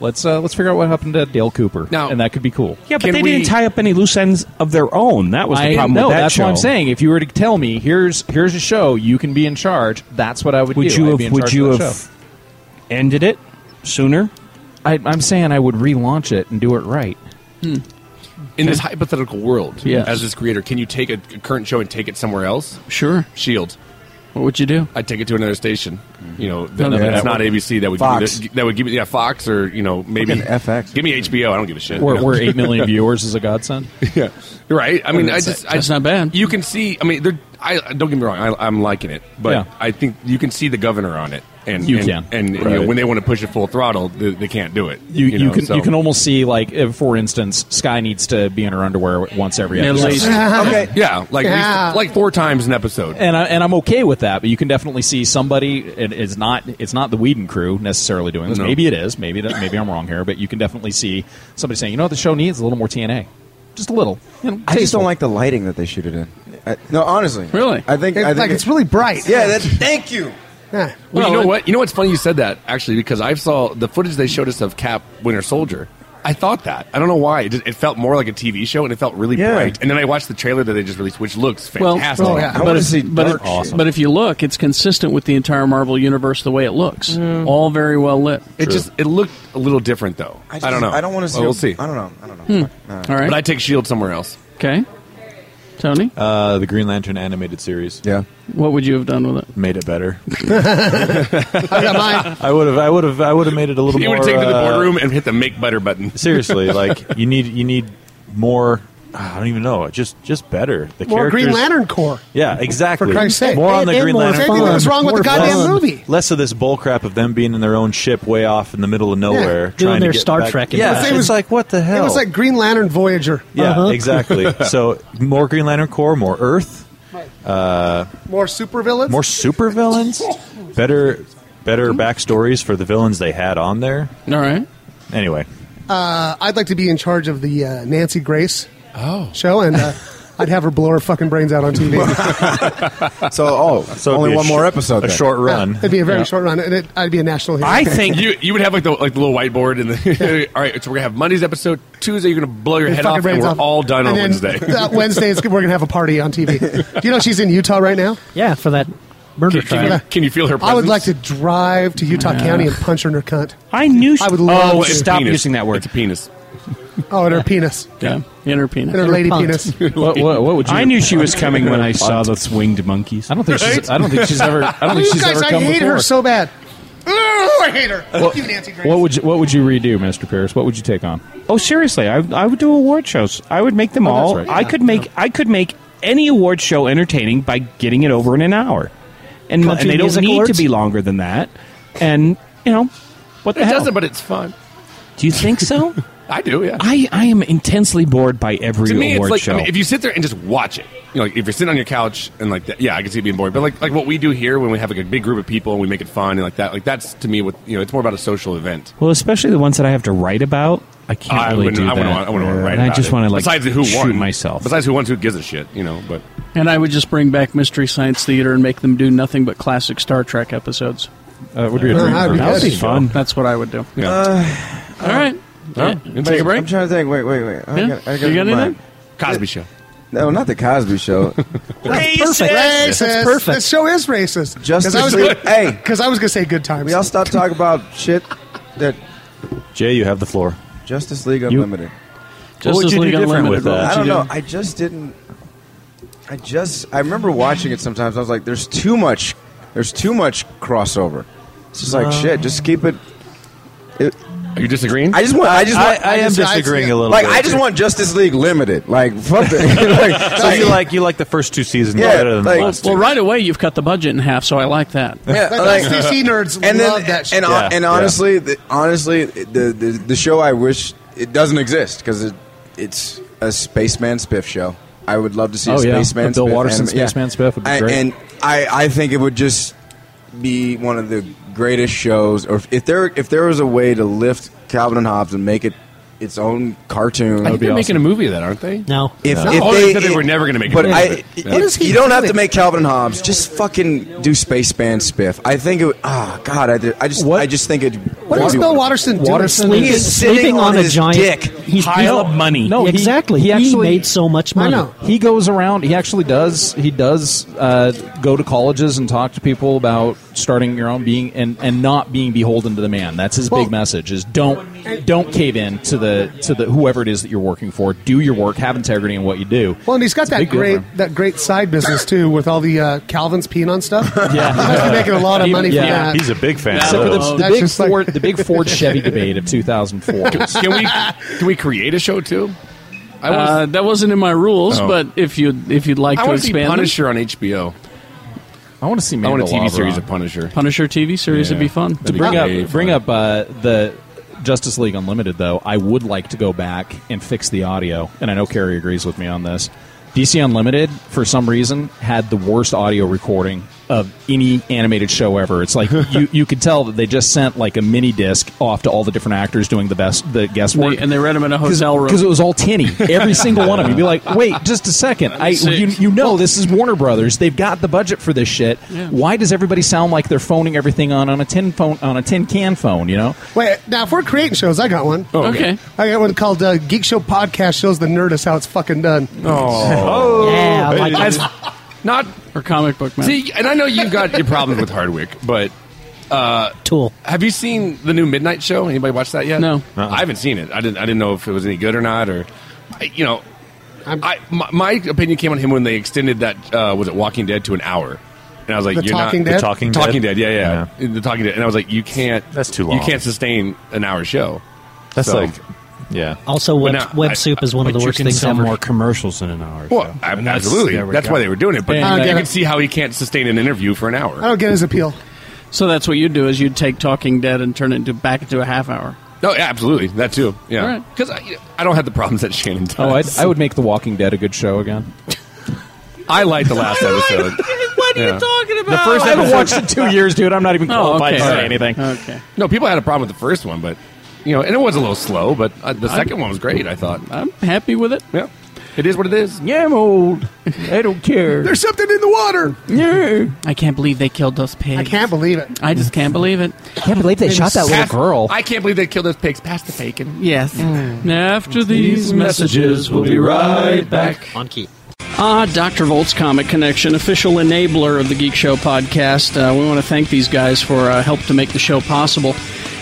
Let's uh, let's figure out what happened to Dale Cooper, and that could be cool.
Yeah, but they didn't tie up any loose ends of their own. That was the
I
problem
know
with that
that's
show.
what I'm saying. If you were to tell me, here's here's a show you can be in charge. That's what I would,
Would
do.
you
I'd
have-
be in
would
charge
you
of that
have
show.
ended it sooner?
I, I'm saying I would relaunch it and do it right.
Hmm.
In this hypothetical world,
Yes.
as this creator, can you take a current show and take it somewhere else?
Sure.
Shield.
What would you do?
I'd take it to another station. You know, that,
Another
that's not
network.
ABC. That would
Fox.
Give me, the- that would give me yeah Fox or you know maybe
Fucking FX.
Give me HBO. I don't give a shit.
Where,
you know?
where eight million viewers is a godsend.
yeah, right. I mean, I just I,
that's not bad.
You can see. I mean, they're, I don't get me wrong. I, I'm liking it, but
Yeah.
I think you can see the governor on it, and
You
and,
can.
and, you know,
Right.
when they want to push it full throttle, they, they can't do it.
You, you,
know,
can
so-
you can almost see like if, for instance, Sky needs to be in her underwear once every
At
episode.
least.
Okay.
Yeah, like at least-
Yeah.
like four times an episode.
And I, and I'm okay with that, but you can definitely see somebody. It, it's not it's not the Whedon crew necessarily doing this.
No.
Maybe it is. Maybe that, maybe I'm wrong here, but you can definitely see somebody saying, you know, what the show needs a little more TNA, just a little. You know,
I just
tasteful.
don't like the lighting that they shoot it in. I, no, honestly.
Really?
I think,
It's
I think
like
it-
it's really bright.
Yeah. That, thank you.
Yeah.
Well, you know what? You know what's funny? You said that actually because I saw the footage they showed us of Cap Winter Soldier. I thought that. I don't know why. It, just, it felt more like a TV show, and it felt really bright. And then I watched the trailer that they just released, which looks fantastic.
Oh,
Well, but, if, but, if, but if you look, it's consistent with the entire Marvel universe the way it looks. All very well lit.
it just it looked a little different though. I,
just-
don't know.
I don't wanna
Well,
see
We'll
a-
see.
I
don't know. I don't know.
All right.
But I take Shield somewhere else.
Okay. Tony?
Uh, the Green Lantern animated series.
Yeah.
What would you have done with it?
Made it better. I would have. I would have. I would have made it a little
You
more.
would have taken to the
uh,
boardroom and hit the make better button.
seriously, like you need. You need more. I don't even know. Just just better. The
More Green
characters-
Lantern Corps.
Yeah, exactly.
For Christ's sake.
More on
And-
the
and
Green
more
Lantern.
fun. Anything that's wrong with the
More
goddamn
fun.
movie.
Less of this bullcrap of them being in their own ship way off in the middle of nowhere.
Doing
trying to
their
get
Star
back-
Trek and
Yeah,
stuff.
it's like, what the hell?
It was like Green Lantern Voyager.
yeah,
Uh-huh.
exactly. So more Green Lantern Corps, more Earth, uh,
more supervillains.
more supervillains, better better backstories for the villains they had on there.
All right.
Anyway,
Uh, I'd like to be in charge of the uh, Nancy Grace oh. show, and uh, I'd have her blow her fucking brains out on TV.
so oh,
so
only
it'd be a
one
sh-
more episode.
a
then.
short run.
It'd be a very
Yeah.
short run, and it, I'd be a national hero.
you you would have like the like the little whiteboard and the all right. So we're gonna have Monday's episode. Tuesday you're gonna blow your
Your
head
fucking
off, and
brains
we're
off.
all done
And
on
then
Wednesday.
that Wednesday, it's, we're gonna have a party on TV. Do you know she's in Utah right now?
Yeah, for that murder
Can you,
trial.
can you feel her? Presence?
I would like to drive to Utah County and punch her in her cunt.
I knew.
I would love
oh,
to.
it's
Stop
penis.
using
that word. It's a penis.
Oh, and her penis.
Yeah. Inner penis.
And her lady penis.
what, what, what would you?
I
knew she was coming when I saw those winged monkeys. I don't think she's. I don't think she's ever. I don't think
you
she's
guys,
ever come
I hate
before.
her so bad. Oh, I hate her.
What-
you, Nancy Grace.
What would you What would you redo, Mister Pierce? What would you take on?
Oh, seriously, I, I would do award shows. I would make them
Oh, that's
all.
right.
I could make I could make any award show entertaining by getting it over in an hour, and,
Country
and they don't
music
need
awards?
to be longer than that. And you know, what the
It
hell?
doesn't, but it's fun.
Do you think so?
I do. Yeah.
I, I am intensely bored by every
to me, it's
award
like
show.
I mean, if you sit there and just watch it. You know, like if you're sitting on your couch and like that, yeah, I can see it being boring. But like like what we do here when we have like a big group of people and we make it fun and like that, like that's to me what you know, it's more about a social event.
well, especially the ones that I have to write about. I can't
I
really
wouldn't-
do
I
that.
wouldn't want- I wouldn't want to write.
And I
about
just
it.
want to like
besides who
shoot
won
myself.
Besides who won, who gives a shit, you know? But
And I would just bring back Mystery Science Theater and make them do nothing but classic Star Trek episodes.
Uh,
would be a Uh, dream that'd for be me. good. That would be fun.
That's what I would do.
Yeah.
Uh, All right.
Huh?
Yeah. Take a break.
Uh, I'm trying to think. Wait, wait, wait. I
Yeah?
got, I got
You got
mine.
anything?
Cosby Show.
No, not the Cosby Show.
That's
perfect.
Racist.
That's perfect.
This show is racist.
Justice
I was
League-
gonna-
hey,
because I was gonna say good times.
We all stop talking about shit that
Jay, you have the floor.
Justice League
You-
Unlimited.
What would you do different with that?
I don't know. I just didn't. I just. I remember watching it sometimes. I was like, "There's too much. There's too much crossover." It's just like
No.
shit. Just keep it. it
Are you disagreeing?
I just want. I just.
I-
want,
I am
just-
disagreeing
I-
a little
Like
bit.
I just want Justice League Limited. Like fuck that. like,
So you like you like the first two seasons
Yeah,
better than
like-
the
Well,
last two.
well, right away you've cut the budget in half, so I like that.
Yeah,
Like,
like-
those DC nerds
and
love
then,
that shit.
And, hon- and honestly, the, honestly, the, the the show I wish it doesn't exist because it, it's a spaceman spiff show. I would love to see a
Oh, yeah.
spaceman.
The Bill
spiff
Watterson
anime- yeah.
Spaceman spiff would be
I-
great.
and I I think it would just be one of the greatest shows. Or if, if there if there was a way to lift Calvin and Hobbes and make it its own cartoon,
I think they're making a movie of that, aren't they?
No.
if,
No.
if
Oh,
they,
they said they were never gonna make a
but
movie of
I,
it. Yeah.
if-
What is he
you don't have
doing?
to make Calvin and Hobbes. Just fucking do Space Band Spiff. I think it. would- Ah, God, I, did- I just, I just think it.
what
would
was
be
Bill
wonderful.
Watterson doing?
He is sitting on, his dick.
He's,
Pile of money.
No,
No,
he-
he-
exactly. He,
he actually-
made so much
I
money.
know.
He goes around. He actually does. He does uh, go to colleges and talk to people about starting your own being and, and not being beholden to the man. That's his
Well-
big message: is don't don't cave in to the to the whoever it is that you're working for. Do your work. Have integrity in what you do.
Well, and he's got
It's a
that
big deal
great
for him.
that great side business too, with all the uh, Calvin's peeing on stuff.
Yeah.
he must be making a lot of money
Yeah.
for that.
He's a big fan.
Except
of
for the,
those.
Oh. the
That's
big
just like-
Ford, the big Ford Chevy debate of 2004.
Can we can we create a show too? I wanna-
Uh, that wasn't in my rules,
Oh.
but if you if you'd like
I
to
want to see
expand, them-
Punisher on HBO.
I want to see.
I want a
Mandalabra
TV series
on.
of Punisher.
Punisher TV series
Yeah.
would be fun.
That'd
to
be
bring up
great
bring
fun.
up uh, the Justice League Unlimited though, I would like to go back and fix the audio, and I know Carrie agrees with me on this. DC Unlimited, for some reason, had the worst audio recording of any animated show ever. It's like you, you could tell that they just sent like a mini disc off to all the different actors doing the best the guest work,
and they read them in a hotel room
because it was all tinny. Every single one of them. You'd be like, wait, just a second. I you, you know this is Warner Brothers. They've got the budget for this shit.
Yeah.
Why does everybody sound like they're phoning everything on on a tin phone on a tin can phone? You know.
Wait, now if we're creating shows, I got one.
Oh, okay. Okay.
I got one called uh, Geek Show Podcast Shows the Nerdist How It's Fucking Done.
Oh. Yeah, I like That's- that. Not
or comic book man.
See, and I know you've got your problems with Hardwick, but uh,
Tool.
Have you seen the new Midnight Show? Anybody watch that yet?
No.
I haven't seen it. I didn't. I didn't know if it was any good or not, or I, you know, I, my, my opinion came on him when they extended that. Uh, was it Walking Dead to an hour? And I was like,
The
"You're
Talking
not
Dead? The Talking
Talking
Dead?
Dead. Yeah, yeah, The Talking Dead." And I was like, "You can't.
That's too
You
long.
can't sustain an hour show.
That's
So-
like, yeah.
Also,
But
web,
now, I-
web soup is one of
but
the
you
worst
can
things
sell
ever.
more
commercials in an hour.
Well, I-
And that's-
absolutely.
there we
That's
go.
why they were doing it. But
Yeah, I
you
uh,
get
can
it.
see how he can't sustain an interview for an hour.
I don't get his appeal.
So that's what you'd do is you'd take Talking Dead and turn it into back into a half hour.
No, Oh, yeah, absolutely. That too.
All
Yeah.
right.
Because I, I don't have the problems that Shannon does.
Oh, I'd, I would make The Walking Dead a good show again.
I liked the last episode.
what
are you
talking
The first I haven't watched in two years, dude. I'm not even
Oh,
qualified
okay.
to say
Alright.
anything.
Okay.
No, people had a problem with the first one, but you know, and it was a little slow. But uh, the
I'm-
2nd one was great. I thought.
I'm happy with it.
Yeah. It is what it is.
Yeah, I'm old. I don't care.
There's something in the water.
Yeah. I can't believe they killed those pigs. I can't
believe it.
I just can't believe it. I
can't believe they shot that little girl.
I can't believe they killed those pigs past the bacon.
Yes.
Mm.
After these messages, we'll be right back.
On key.
Ah, Dr. Volt's Comic Connection, official enabler of the Geek Show podcast. Uh, we want to thank these guys for uh, help to make the show possible.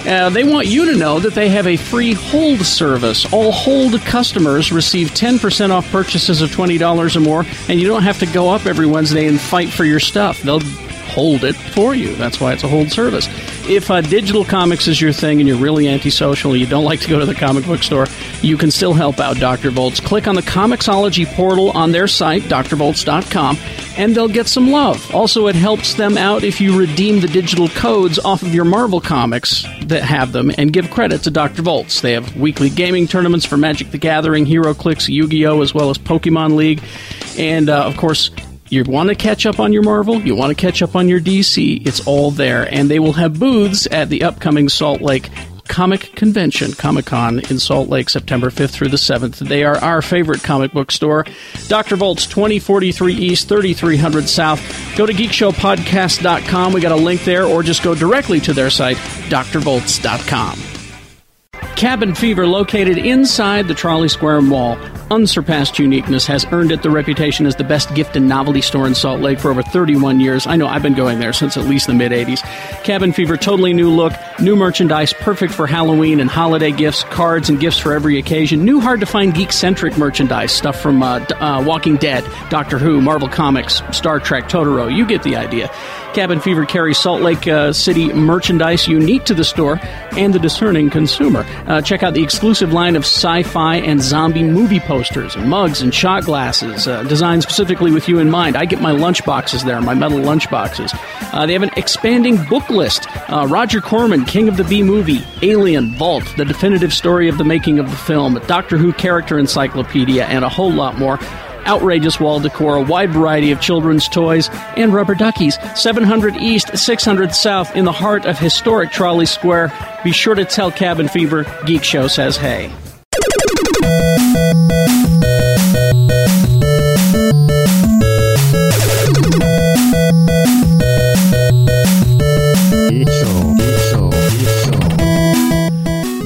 Uh, they want you to know that they have a free hold service. All hold customers receive 10% off purchases of $20 or more, and you don't have to go up every Wednesday and fight for your stuff. They'll hold it for you. That's why it's a hold service. If uh, digital comics is your thing and you're really antisocial, you don't like to go to the comic book store, you can still help out Dr. Volts. Click on the Comixology portal on their site, drvolts.com, and they'll get some love. Also, it helps them out if you redeem the digital codes off of your Marvel comics that have them and give credit to Dr. Volts. They have weekly gaming tournaments for Magic the Gathering, Hero Clicks, Yu Gi Oh!, as well as Pokemon League. And, uh, of course, you want to catch up on your Marvel, you want to catch up on your DC, it's all there. And they will have booths at the upcoming Salt Lake Comic Convention, Comic Con in Salt Lake, September 5th through the 7th. They are our favorite comic book store. Dr. Volt's 2043 East, 3300 South. Go to geekshowpodcast.com. We got a link there, or just go directly to their site, drvolts.com. Cabin Fever, located inside the Trolley Square Mall, unsurpassed uniqueness has earned it the reputation as the best gift and novelty store in Salt Lake for over 31 years. I know I've been going there since at least the mid 80s. Cabin Fever, totally new look, new merchandise, perfect for Halloween and holiday gifts, cards and gifts for every occasion, new hard to find geek centric merchandise, stuff from uh, D- uh, Walking Dead, Doctor Who, Marvel Comics, Star Trek, Totoro. You get the idea. Cabin Fever carries Salt Lake uh, City merchandise unique to the store and the discerning consumer. Uh, check out the exclusive line of sci fi and zombie movie posters and mugs and shot glasses uh, designed specifically with you in mind. I get my lunch boxes there, my metal lunch boxes. Uh, they have an expanding book list uh, Roger Corman, King of the B movie, Alien, Vault, the definitive story of the making of the film, Doctor Who character encyclopedia, and a whole lot more outrageous wall decor, a wide variety of children's toys, and rubber duckies. 700 East, 600 South, in the heart of historic Trolley Square. Be sure to tell Cabin Fever Geek Show says hey.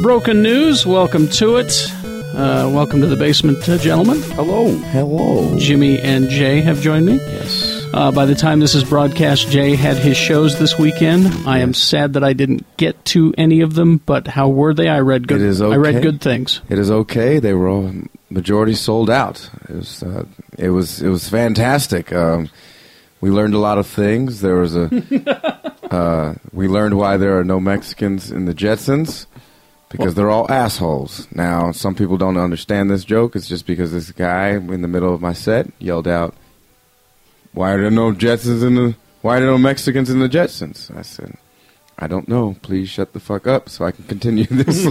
Broken news. Welcome to it. Uh, welcome to the basement, uh, gentlemen. Hello. Hello. Jimmy and Jay have joined me. Yes. Uh, by the time this is broadcast, Jay had his shows this weekend. I am sad that I didn't get to any of them, but how were they? I read good.
It is okay.
I read good things.
It is okay. They were all majority sold out. It was uh, it was it was fantastic. Um, we learned a lot of things. There was a uh, we learned why there are no Mexicans in the Jetsons because they're all assholes. Now, some people don't understand this joke. It's just because this guy in the middle of my set yelled out, "Why are there no Jetsons in the? Why are there no Mexicans in the Jetsons?" I said. I don't know. Please shut the fuck up so I can continue this.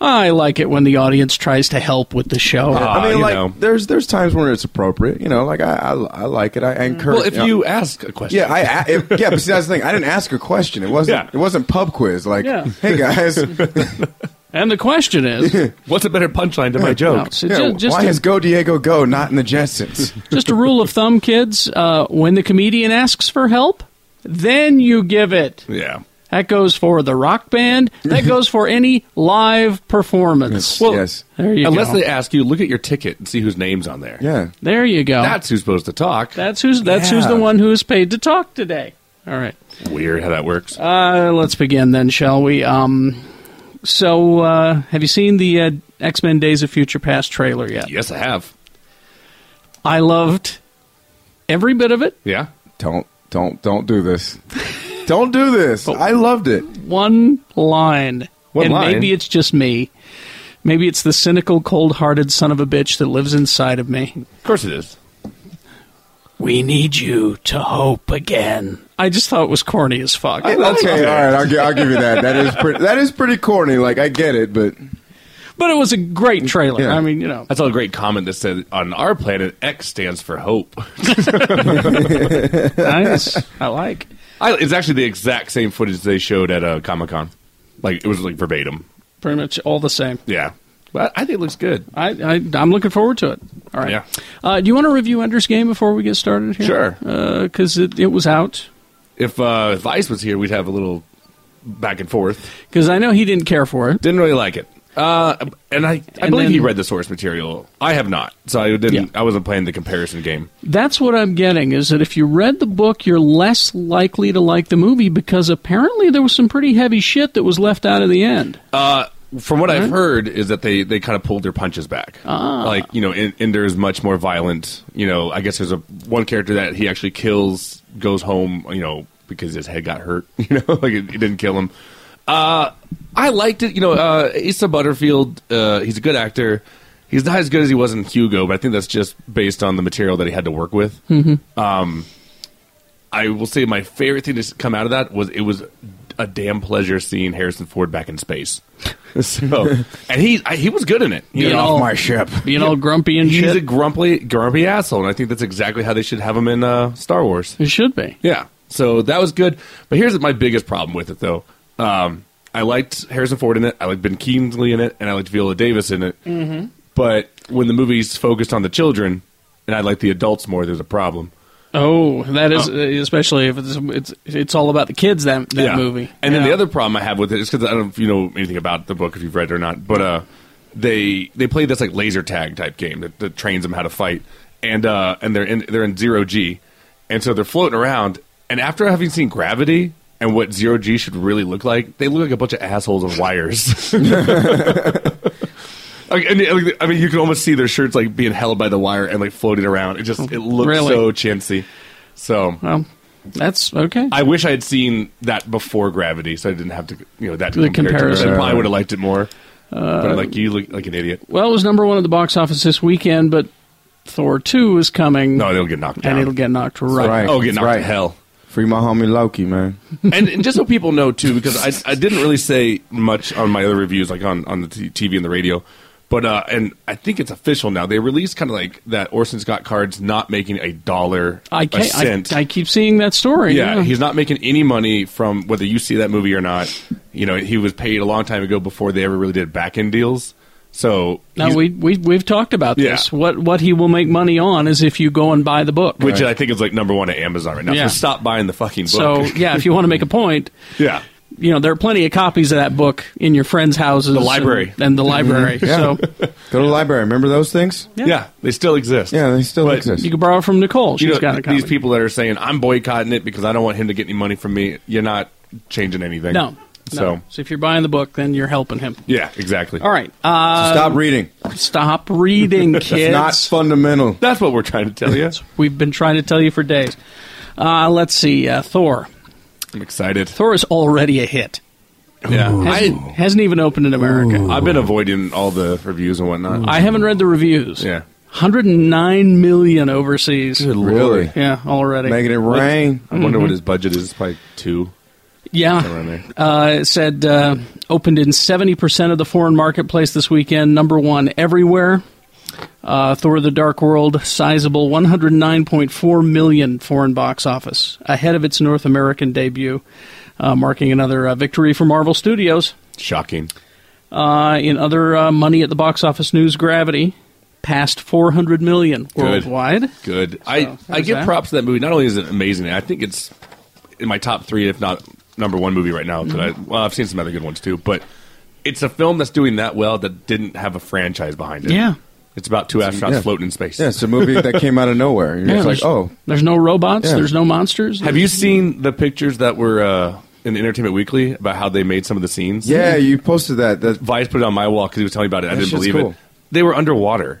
I like it when the audience tries to help with the
Oh,
show.
Ah,
I mean, like, there's there's times when it's appropriate. You know, like I I, I like it. I encourage.
Well, if
know.
you ask a question.
yeah, I, I if, yeah. But see, that's the thing. I didn't ask a question. It wasn't it wasn't pub quiz. Like,
Yeah.
hey guys,
and the question is,
what's a better punchline to
my joke? No, so
Yeah,
ju- just
why
to-
is Go Diego Go not in the Jetsons?
Just a rule of thumb, kids: uh, when the comedian asks for help, then you give it.
Yeah.
That goes for the rock band. That goes for any live performance.
Well,
There you
unless
go.
they ask you, look at your ticket and see whose name's on there.
Yeah.
There you go.
That's who's supposed to talk.
That's who's that's who's the one who is paid to talk today. All right.
Weird how that works.
Uh, let's begin then, shall we? Um, so, uh, have you seen the uh, X Men Days of Future Past trailer yet?
Yes, I have.
I loved every bit of it.
Yeah.
Don't don't don't do this. don't do this. I loved it.
One line.
One
and
line?
maybe it's just me. Maybe it's the cynical, cold hearted son of a bitch that lives inside of me. Of
course it is.
We need you to hope again. I just thought it was corny as fuck.
okay, all right. I'll, gi- I'll give you that. That is pretty. That is pretty corny. Like I get it, but
But it was a great trailer. I mean, you know.
I saw a great comment that said, on our planet, X stands for hope.
nice. I like.
I, it's actually the exact same footage they showed at uh, Comic Con. Like, it was like verbatim.
Pretty much all the same.
Yeah. Well, I think it looks good.
I, I I'm looking forward to it. All right.
Yeah.
Uh, do you want to review Ender's Game before we get started here? Uh,
Sure.
Because it, it was out.
If, uh, if Ice was here, we'd have a little back and forth.
Because I know he didn't care for it.
Didn't really like it. Uh, and I, I
And
believe
then-
he read the source material. I have not, so I didn't. I wasn't playing the comparison game.
That's what I'm getting is that if you read the book, you're less likely to like the movie because apparently there was some pretty heavy shit that was left out of the end.
Uh, from what I've heard is that they, they kind of pulled their punches back.
Ah.
Like you know, En- Ender is much more violent. You know, I guess there's a one character that he actually kills, goes home. You know, because his head got hurt. You know, like it, it didn't kill him. Uh, I liked it. You know, uh, Issa Butterfield. Uh, he's a good actor. He's not as good as he was in Hugo, but I think that's just based on the material that he had to work
Hmm.
with.
Mhm.
Um, I will say my favorite thing to come out of that was it was a damn pleasure seeing Harrison Ford back in space. So, and he I, he was good in it.
Being all- being all grumpy and
he's
shit.
a grumpy grumpy asshole, and I think that's exactly how they should have him in uh, Star Wars.
It should be.
Yeah. So that was good. But here's my biggest problem with it, though. Um, I liked Harrison Ford in it. I liked Ben Kingsley in it, and I liked Viola Davis in it.
Mm-hmm.
But when the movie's focused on the children, and I like the adults more, there's a problem.
Oh, that is especially if it's it's it's all about the kids that that
Yeah.
movie.
And then
Yeah.
the other problem I have with it is because I don't know if you know anything about the book if you've read it or not, but uh, they they play this like laser tag type game that, that trains them how to fight, and uh, and they're in they're in zero g, and so they're floating around, and after having seen gravity. And what zero G should really look like? They look like a bunch of assholes with wires. Like, and, like, I mean, you can almost see their shirts like being held by the wire and like floating around. It just it looks
Really?
so chintzy. So
that's okay.
I wish I had seen that before Gravity, so I didn't have to you know that
The
compare it to.
comparison.
I probably would have liked it more.
Uh,
but like you look like an idiot.
Well, it was number one at the box office this weekend, but Thor two is coming.
No, they'll get knocked down.
and it'll get knocked right.
Oh, get knocked to hell.
Free my homie Loki, man.
and, and just so people know too, because I, I didn't really say much on my other reviews, like on on the t- TV and the radio, but uh, and I think it's official now. They released kind of like that Orson Scott Card's not making a dollar,
I
a
can't. I-
cent.
I, keep seeing that story.
Yeah, he's not making any money from whether you see that movie or not. You know, he was paid a long time ago before they ever really did back end deals. So
No,
he's-
we, we we've talked about
Yeah.
this. What what he will make money on is if you go and buy the book,
which I think is like number one at Amazon right now.
Yeah.
So stop buying the fucking book.
So yeah, if you want to make a point,
yeah,
you know there are plenty of copies of that book in your friends' houses,
The library.
and, and the library.
Mm-hmm. Yeah.
So
Go to the library. Remember those things?
Yeah. Yeah,
they still exist.
Yeah, they still
But-
exist.
you can borrow from Nicole. She's
you know,
got a copy.
these people that are saying I'm boycotting it because I don't want him to get any money from me. You're not changing anything.
no, no.
So
so if you're buying the book, then you're helping him.
yeah, exactly.
All right, uh,
stop reading.
Stop reading,
That's
kids.
not fundamental.
That's what we're trying to tell you.
We've been trying to tell you for days. Uh, let's see, uh, Thor.
I'm excited.
Thor is already a hit.
Yeah,
Hasn't,
I,
hasn't even opened in America.
I've been avoiding all the reviews and whatnot.
I haven't read the reviews.
Yeah.
109 million overseas.
Lord. Really?
Yeah, already.
What- I wonder
Mhm.
what his budget is. It's probably two.
around
Yeah.
there.
Uh, it said uh, opened in 70% of the foreign marketplace this weekend, number one everywhere. Uh, Thor the Dark World, sizable 109.4 million foreign box office, ahead of its North American debut, uh, marking another uh, victory for Marvel Studios.
Shocking.
Uh, in other uh, money at the box office news, Gravity passed 400 million worldwide.
Good. I, I
there's
give
that.
props to that movie. Not only is it amazing, I think it's in my top three, if not number one movie right now. That I, well, I've seen some other good ones too, but it's a film that's doing that well that didn't have a franchise behind it.
Yeah.
It's about two
It's a-
astronauts
yeah.
floating in space.
Yeah, it's a movie that came out of nowhere. You're
Yeah,
just like,
there's-
oh,
There's no robots,
Yeah.
there's no monsters.
Have you seen the pictures that were uh, in Entertainment Weekly about how they made some of the scenes?
Yeah, you posted that.
Vice put it on my wall because he was telling me about it. I
That
didn't
shit's
believe
cool.
it. They were underwater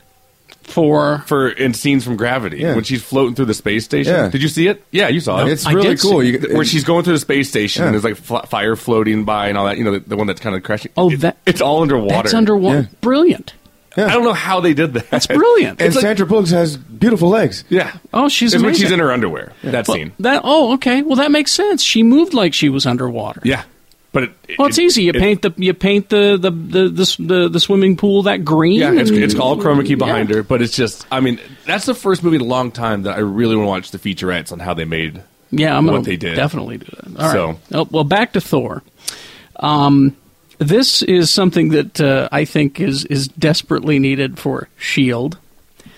for
for in scenes from Gravity
Yeah.
when she's floating through the space station.
Yeah.
Did you see it? Yeah, you saw it.
It's I really did cool. see it. You-
Where she's going through the space station and
Yeah.
there's like fl- fire floating by and all that. You know, the, the one that's kind of crashing.
Oh, that
it's all underwater.
That's underwater. Brilliant.
I don't know how they did that. That's
brilliant.
and
It's like,
Sandra Bullock has beautiful legs.
yeah.
Oh, she's
it's when
amazing.
she's in her underwear. That
Well,
scene.
That oh, okay. Well, that makes sense. She moved like she was underwater.
Yeah, but it,
well, it's easy. You
it-
paint the you paint the the the the, s- the, the swimming pool that green.
Yeah, it's,
and-
it's all chroma key behind her, but it's just, I mean, that's the first movie in a long time that I really want to watch the featurettes on how they made
Yeah, I'm gonna
what they did.
definitely do that. All right.
So-
Oh, well, back to Thor. Um, this is something that uh, I think is is desperately needed for Shield. E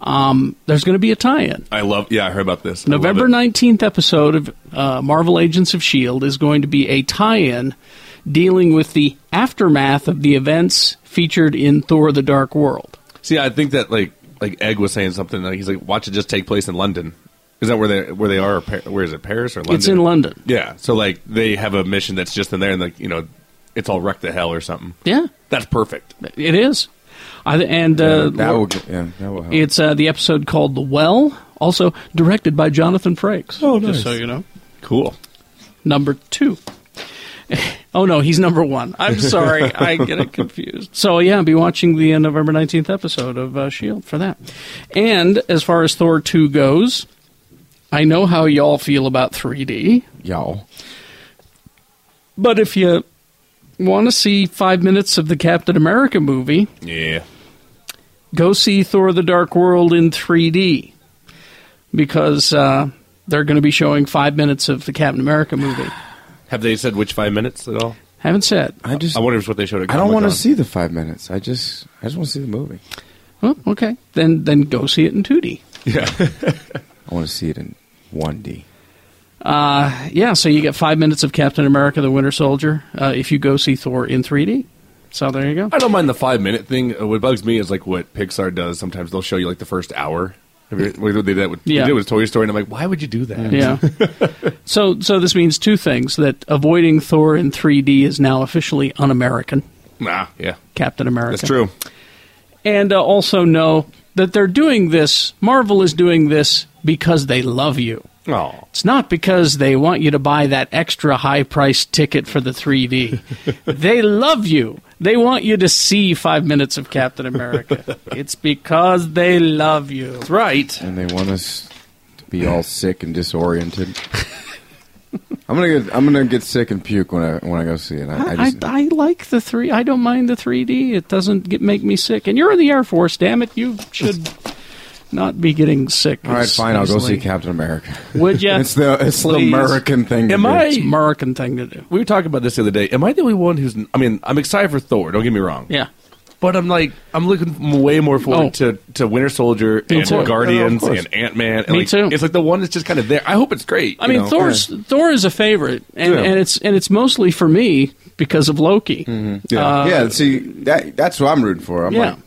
Um, there's going to be a tie-in.
I love, yeah, I heard about this. I love
November
it.
19th episode of uh, Marvel Agents of S.H.I.E.L.D. E is going to be a tie in dealing with the aftermath of the events featured in Thor the Dark World.
See, I think that, like, like Egg was saying something, like, he's like, watch it just take place in London. Is that where they where they are? Or Par- where is it? Paris or London?
It's in London.
Yeah. So like they have a mission that's just in there, and like you know, it's all wrecked to hell or something.
Yeah.
That's perfect.
It is. I, and uh,
that
Lord-
will
get- yeah, that will help.
it's uh, the episode called The Well, also directed by Jonathan Frakes. Oh, Just so you know.
Cool.
Number two. oh, no, he's number one. I'm sorry. I get it confused. So yeah, be watching the uh, November nineteenth episode of uh, Shield for that. And as far as Thor two goes, I know how y'all feel about 3D,
Y'all.
but if you want to see five minutes of the Captain America movie,
Yeah.
go see Thor: The Dark World in 3D because uh, they're going to be showing five minutes of the Captain America movie.
Have they said which five minutes at all?
Haven't said.
I just.
I wonder if it's what they showed. At
I don't want to
Comic-Con.
see the five minutes. I just, I just want to see the movie.
Well, okay, then then go see it in 2D.
I want to see it in 1D.
Uh, yeah, so you get five minutes of Captain America: The Winter Soldier uh, if you go see Thor in 3D. So there you go.
I don't mind the five minute thing. Uh, What bugs me is like what Pixar does. Sometimes they'll show you like the first hour. Have you, what they did that with, they
Yeah.
did with Toy Story, and I'm like, why would you do that?
Yeah. so so this means two things: that avoiding Thor in 3D is now officially un-American.
Nah, yeah.
Captain America.
That's true.
And uh, also know that they're doing this. Marvel is doing this because they love you.
Oh.
It's not because they want you to buy that extra high priced ticket for the 3D. they love you. They want you to see five minutes of Captain America. it's because they love you. That's
right.
And they want us to be all sick and disoriented. I'm gonna get, I'm gonna get sick and puke when I when I go see it. I, I
I,
just,
I like the three. I don't mind the 3D. It doesn't get, make me sick. And you're in the Air Force. Damn it, you should not be getting sick.
all right,
as
fine. I'll go
easily.
see Captain America.
Would ya?
It's the it's
Please.
the American thing. to
Am
do.
I-
It's American thing to do.
We were talking about this the other day. Am I the only one who's? I mean, I'm excited for Thor. Don't get me wrong.
Yeah.
But I'm like, I'm looking way more forward
Oh.
to, to Winter Soldier and
course.
Guardians
Oh, of course.
and Ant Man.
Me
like,
too.
It's like the one that's just kind of there. I hope it's great.
I
you
mean,
know?
Thor's
eh.
Thor is a favorite, and,
Yeah.
and it's and it's mostly for me because of Loki.
Mm-hmm. Yeah,
Uh,
yeah. See, that that's what I'm rooting for. I'm
yeah.
like,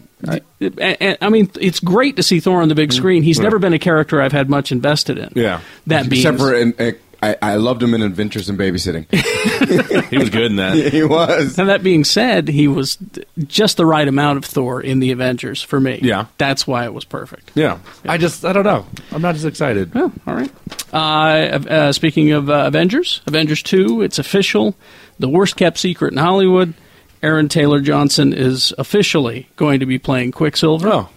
Mm-hmm.
And- and- I mean, it's great to see Thor on the big screen. He's
Yeah.
never been a character I've had much invested in.
yeah.
That being
except for in, I, I loved him in Adventures in Babysitting.
he was good in that.
he was.
And that being said, he was just the right amount of Thor in the Avengers for me.
Yeah.
that's why it was perfect.
Yeah. I just, I don't know. I'm not as excited.
Oh, all right. Uh, uh, speaking of uh, Avengers, Avengers Two, it's official. The worst kept secret in Hollywood. Aaron Taylor Johnson is officially going to be playing Quicksilver. Oh,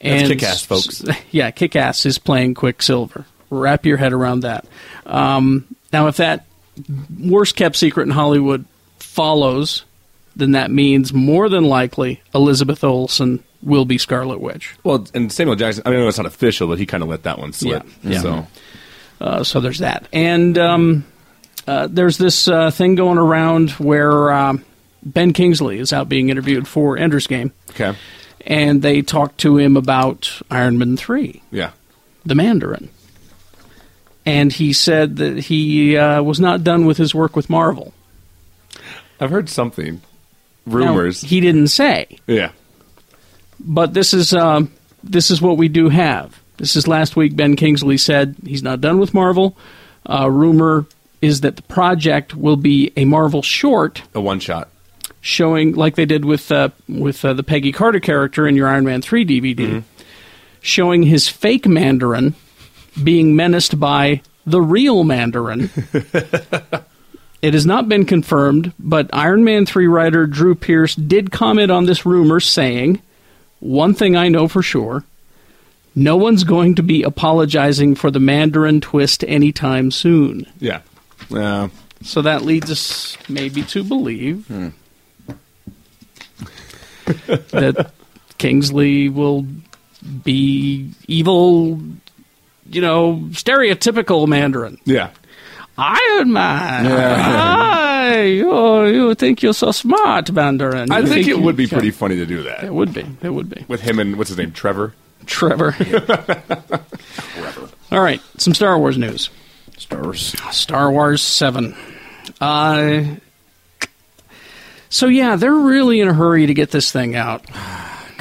That's kick-ass, folks.
Yeah, Kick Ass is playing Quicksilver. Wrap your head around that. Um, now, if that worst kept secret in Hollywood follows, then that means more than likely Elizabeth Olsen will be Scarlet Witch.
Well, and Samuel Jackson. I mean, I know it's not official, but he kind of let that one slip.
Yeah, yeah.
So
Uh, so there's that. And um, uh, there's this uh, thing going around where um, Ben Kingsley is out being interviewed for Ender's Game,
okay,
and they talk to him about Iron Man 3,
yeah.
the Mandarin. And he said that he uh, was not done with his work with Marvel.
I've heard something,
Now,
rumors.
he didn't say,
yeah,
but this is um, this is what we do have. This is last week. Ben Kingsley said he's not done with Marvel. Uh, rumor is that the project will be a Marvel short
a one shot.
showing, like they did with uh, with uh, the Peggy Carter character in your Iron Man three DVD,
Mm-hmm.
showing his fake Mandarin being menaced by the real Mandarin. It has not been confirmed, but Iron Man 3 writer Drew Pierce did comment on this rumor, saying, One thing I know for sure no one's going to be apologizing for the Mandarin twist anytime soon.
Yeah. Uh,
So that leads us maybe to believe that Kingsley will be evil, you know, stereotypical Mandarin.
Yeah.
Iron Man. Hi, you, you think you're so smart, Mandarin.
I
Uh, You
think it
you
would be
can-
pretty funny to do that.
It would be. It would be.
With him and what's his name, Trevor.
Trevor. All right, some Star Wars news. Star Wars. Star Wars 7. Uh, so, yeah, they're really in a hurry to get this thing out.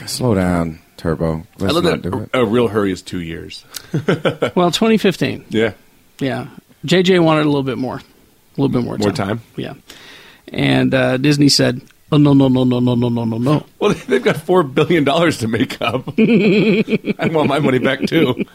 Slow down, Turbo. Let's
I love
not
that.
do it.
A, a real hurry is two years.
Well, 2015.
Yeah.
Yeah. JJ wanted a little bit more. A little bit more time.
More time?
Yeah. And uh, Disney said, oh, no, no, no, no, no, no, no, no, no.
Well, they've got four billion dollars to make up. I want my money back too.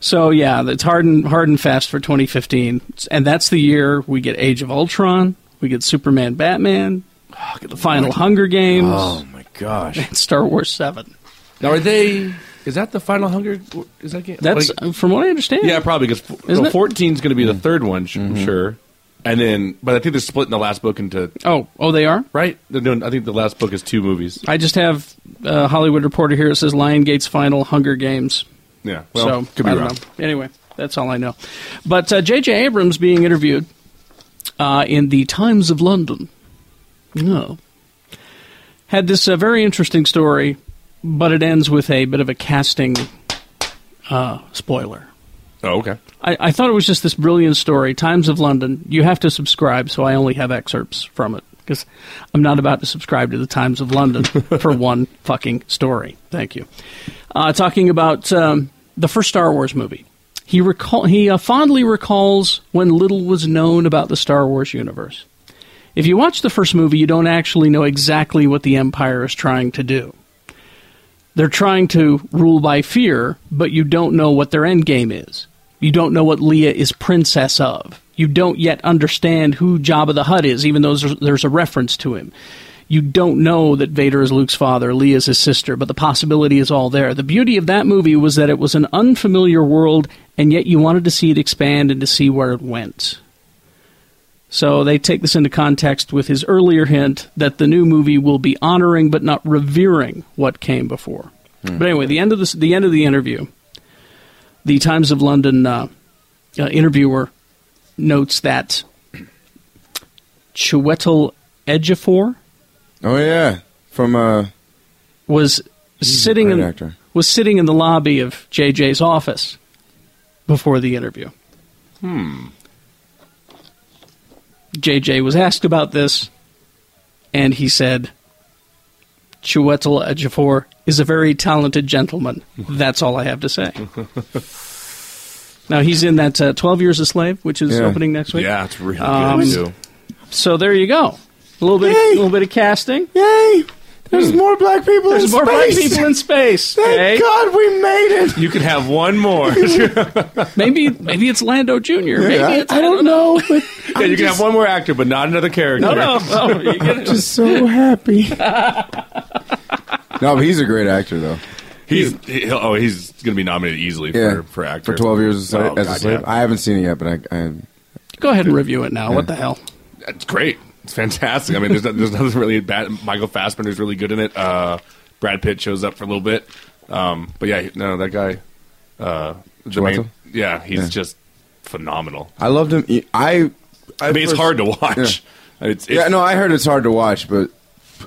So yeah, it's hard and hard and fast for 2015, and that's the year we get Age of Ultron, we get Superman, Batman, the final Hunger Games.
Oh, my gosh.
And Star Wars Seven.
Now, are they? Is that the final Hunger? Is that game?
That's
like-
from what I understand.
yeah, probably because
Isn't it?
fourteen is going to be the third one, sh-
Mm-hmm.
I'm sure. And then, but I think they're splitting the last book into
Oh, oh, they are
right. They're doing. I think the last book is two movies.
I just have a Hollywood Reporter here. It says Lion Gate's final Hunger Games.
Yeah, well,
so
could be
I don't
wrong.
know. Anyway, that's all I know. But uh, J.J. Abrams being interviewed uh, in the Times of London. No. Had this uh, very interesting story, but it ends with a bit of a casting uh, spoiler.
Oh, okay.
I, I thought it was just this brilliant story. Times of London. You have to subscribe, so I only have excerpts from it because I'm not about to subscribe to the Times of London for one fucking story. Thank you. Uh, talking about um, the first Star Wars movie. He recall he uh, fondly recalls when little was known about the Star Wars universe. If you watch the first movie, you don't actually know exactly what the Empire is trying to do. They're trying to rule by fear, but you don't know what their end game is. You don't know what Leia is princess of. You don't yet understand who Jabba the Hutt is, even though there's, there's a reference to him. You don't know that Vader is Luke's father, Leia is his sister, but the possibility is all there. The beauty of that movie was that it was an unfamiliar world, and yet you wanted to see it expand and to see where it went. So they take this into context with his earlier hint that the new movie will be honoring but not revering what came before.
Hmm.
But anyway, the end of this, the end of the interview, the Times of London uh, uh, interviewer notes that Chiwetel Ejiofor
Oh yeah, from uh,
was sitting
great
in
actor.
was sitting in the lobby of JJ's office before the interview.
Hmm.
JJ was asked about this, and he said, Chiwetel Ejiofor is a very talented gentleman. That's all I have to say. now, he's in that uh, 12 Years a Slave, which is
Yeah.
opening next week. Um,
Yeah, it's really good, too.
So there you go. A little bit, a little bit of casting. Hmm.
Yay!
There's
more black people
There's
in
more black
space.
people in space. eh? Thank
God we made it.
You could have one more. yeah,
maybe, maybe it's Lando Jr. Maybe
Yeah,
it's,
I don't know. But I'm
you can
just-
have one more actor, but not another character.
no, no, no. You get it.
Just so happy. no, but he's a great actor though.
He's he, he'll- oh, he's going to be nominated easily
yeah,
for for actor
twelve years as, a
Oh,
slave- as a
God,
slave.
yeah.
I haven't seen it yet, but I, I
Go ahead and review it now. What the hell?
It's great. It's fantastic. I mean, there's, no- there's nothing really bad. Michael Fassbender's really good in it. Uh, Brad Pitt shows up for a little bit. Um, but yeah, no, that guy. Uh, the
Gelato?
main- yeah, he's
Yeah.
just phenomenal.
I loved him. I. I,
I mean, it's hard to watch.
Yeah.
It's- it's-
yeah, no, I heard it's hard to watch, but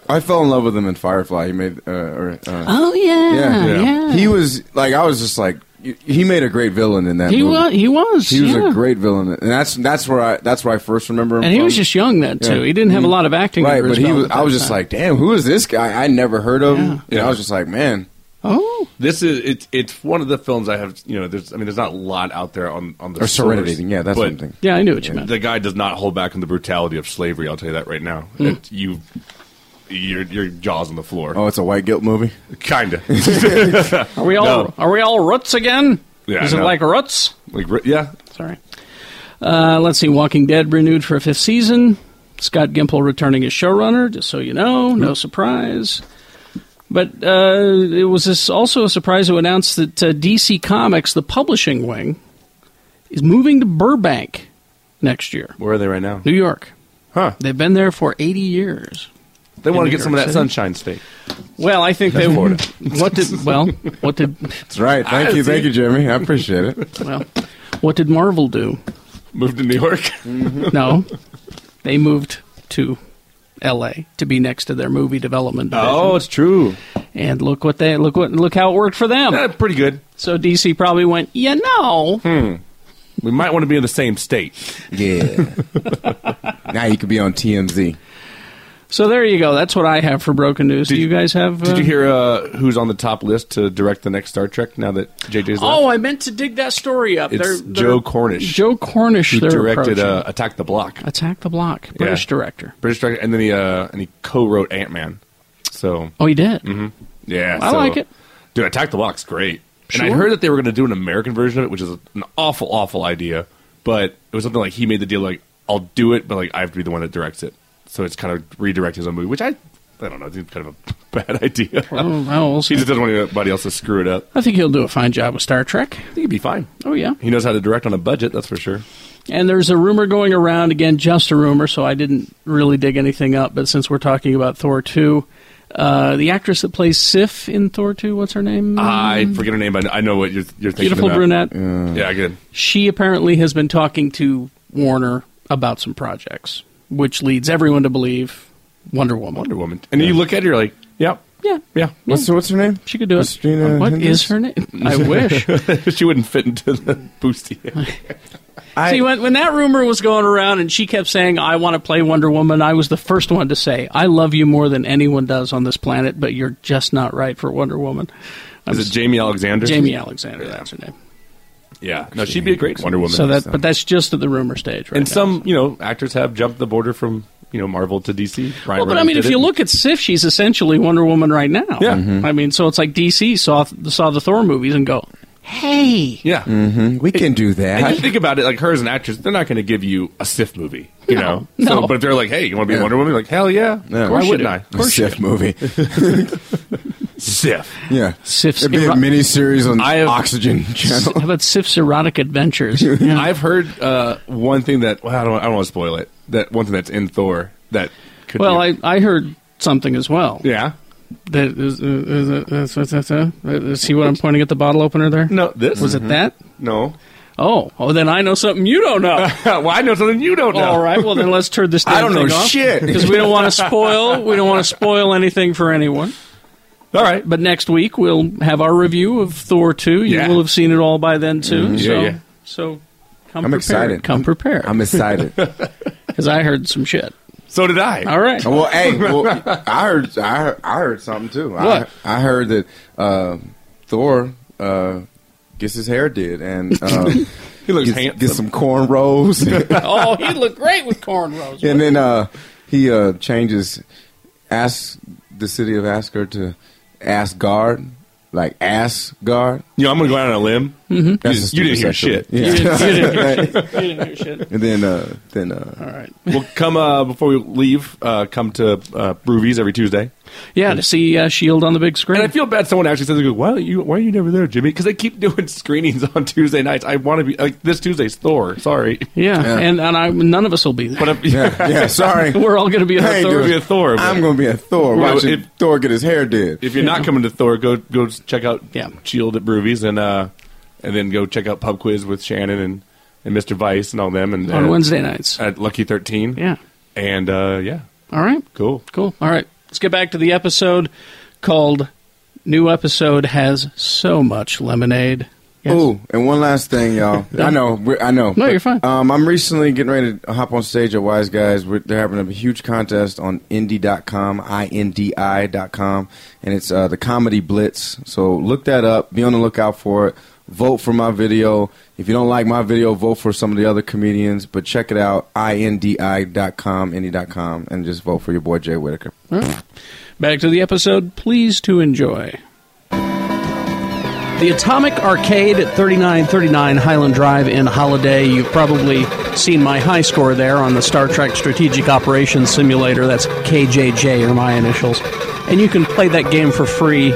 I fell in love with him in Firefly. He made. Uh, or, uh,
Oh, yeah, yeah.
He was like, I was just like, he made a great villain in that.
He
movie.
wa- he was,
He was
yeah.
a great villain, and that's that's where I that's where I first remember him.
And he was
from.
just young then too.
Yeah. Mm-hmm.
He didn't have a lot of acting.
Right,
under
but
his
he
belt
was.
at
I
that
was just
time.
like, damn, who is this guy? I never heard of him. And I was just like, man.
Oh,
this is it's it's one of the films I have. You know, there's I mean, there's not a lot out there on on the
Or
source,
Serenity, yeah, that's
but
what I'm thinking.
Yeah, I knew what you meant.
The guy does not hold back on the brutality of slavery. I'll tell you that right now.
Hmm.
It- you, your your jaws on the floor.
Oh, it's a white guilt movie.
Kinda.
Are we all
No.
are we all roots again?
Yeah,
Is
I
it
know.
like roots?
Like ri- yeah.
Sorry. Uh, let's see. Walking Dead renewed for a fifth season. Scott Gimple returning as showrunner. Just so you know,
Hmm.
no surprise. But uh, it was this also a surprise to announce that uh, DC Comics, the publishing wing, is moving to Burbank next year,
Where are they right now?
New York.
Huh?
They've been there for eighty years.
They
In
want
New
to get some of
York
that
City.
sunshine state.
Well, I think
That's
they
Florida.
What did well? What did? That's
right. Thank you, thank you, Jeremy. I appreciate it.
Well, what did Marvel do?
Moved to New York.
no, they moved to L.A. to be next to their movie development. Division.
Oh, it's true.
And look what they look what look how it worked for them.
Eh, pretty good.
So DC probably went, you know,
Hmm. We might want to be in the same state.
Yeah. now you could be on TMZ.
So there you go. That's what I have for broken news. Do you guys have?
Did
uh,
you hear uh, who's on the top list to direct the next Star Trek? Now that JJ's left,
Oh, I meant to dig that story up.
it's
They're- they're-
Joe Cornish.
Joe Cornish.
who
they're
directed
approaching.
uh, Attack the Block.
Attack the Block. British
Yeah.
director.
British director, and then he uh, and he co-wrote Ant Man. So
Oh, he did.
hmm yeah,
I
so-
like it.
Dude, Attack the Block's great. And I
Sure.
heard that they were going to do an American version of it, which is an awful, awful idea. But it was something like he made the deal, like I'll do it, but like I have to be the one that directs it. So it's kind of redirect his own movie, which I, I don't know, I think it's kind of a bad idea.
Well, well, we'll
he just doesn't want anybody else to screw it up.
I think he'll do a fine job with Star Trek. I think
he'd be fine.
Oh yeah.
He knows how to direct on a budget, that's for sure.
And there's a rumor going around again, just a rumor, so I didn't really dig anything up. But since we're talking about Thor two, uh, the actress that plays Sif in Thor two, what's her name?
I forget her name, but I know what you're, you're thinking.
Mm. Beautiful
about.
brunette.
Yeah, good.
She apparently has been talking to Warner about some projects, which leads everyone to believe Wonder Woman.
Wonder Woman. And you look at her, you're like, yep.
Yeah.
Yeah.
What's what's her name?
She could do it. Uh, What is her name? I wish.
she wouldn't fit into the boosty.
See, when, when that rumor was going around and she kept saying, I want to play Wonder Woman, I was the first one to say, I love you more than anyone does on this planet, but you're just not right for Wonder Woman. I'm
Is it
s-
Jamie Alexander?
Jamie Alexander, that's her name.
Yeah, no, she'd be a great Wonder Woman.
So that, But that's just at the rumor stage, right?
and
now.
some, you know, actors have jumped the border from you know Marvel to DC. Ryan
Well, but I
Reynolds
mean, if
did
you
it.
look at Sif, she's essentially Wonder Woman right now.
Yeah. Mhm.
I mean, so it's like DC saw saw the Thor movies and go, hey,
yeah,
Mm-hmm. We can do
and you
that.
think about it, like her as an actress, they're not going to give you a Sif movie, you know.
no.
So, but if they're like, hey, you want to be
Yeah.
Wonder Woman? Like, hell yeah,
Yeah.
why wouldn't I?
A Sif movie.
Sif.
Yeah.
Sif's
It'd be a
erotic-
mini series on
I have-
Oxygen Channel.
how about Sif's erotic adventures? Yeah.
I've heard uh, one thing that well, I don't, I don't want to spoil it. That one thing that's in Thor that could
well,
be,
I, I heard something as well.
yeah.
That is, uh, is, it- is, is, is, uh, uh, see what I'm pointing at the bottle opener there?
No, this Mm-hmm.
was it. That
no.
oh oh, then I know something you don't know.
well, I know something you don't know.
All right, well then let's turn this. Damn
Oh, I don't know
thing off,
shit.
because we don't want to spoil. We don't want to spoil anything for anyone.
All right,
but next week we'll have our review of Thor two. You
Yeah. Mm,
will have seen it all by then too.
Mhm. Yeah,
So,
yeah.
so come
I'm
prepared.
excited.
Come prepared.
I'm excited.
because I heard some shit.
So did I.
All right.
Well, hey, well, I heard, I heard, I heard something too.
What?
I, I heard that uh, Thor uh, gets his hair did, and uh,
He looks
gets,
handsome.
gets some cornrows,
oh, he looked great with cornrows.
and then uh, he uh, changes, asks the city of Asgard to Asgard, like Asgard.
You know, I'm going to go out on a
That's just
limb. You- Mm-hmm. you didn't
stupid
hear
sexual-
shit.
Yeah.
Mm-hmm. You didn't, you didn't hear shit. You didn't hear shit.
and then, uh, then, uh,
All right.
Well, come uh, before we leave. Uh, come to uh, Broovies every Tuesday.
Yeah, to see uh, Shield on the big screen.
And I feel bad. Someone actually says, "Go, why are you? Why are you never there, Jimmy?" Because they keep doing screenings on Tuesday nights. I want to be like this Tuesday's Thor. Sorry.
Yeah, and and I, none of us will be there.
But if- Yeah, yeah, sorry.
we're all going to be on
Hey,
Thor.
dude, be a Thor, but-
I'm going to be a Thor.
Well,
Watching
if-
Thor get his hair did.
If you're not coming to Thor, go go check out Shield at Brewies and uh and then go check out Pub Quiz with Shannon and, and Mr. Vice and all them and
On
uh,
Wednesday nights.
at Lucky Thirteen.
Yeah.
And uh, yeah.
All right.
Cool.
Cool. All right. Let's get back to the episode called New Episode Has So Much Lemonade.
Oh, and one last thing, y'all. I know, we're- I know.
No, you're fine.
Um, I'm recently getting ready to hop on stage at Wise Guys. We're, they're having a huge contest on indie.com, I-N-D-I.com, and it's uh, the Comedy Blitz. So look that up. Be on the lookout for it. Vote for my video. If you don't like my video, vote for some of the other comedians. But check it out, I-N-D-I.com, indie.com, and just vote for your boy Jay Whitaker.
All right. Back to the episode. Please to enjoy. The Atomic Arcade at 3939 Highland Drive in Holiday. You've probably seen my high score there on the Star Trek Strategic Operations Simulator. That's KJJ, or my initials. And you can play that game for free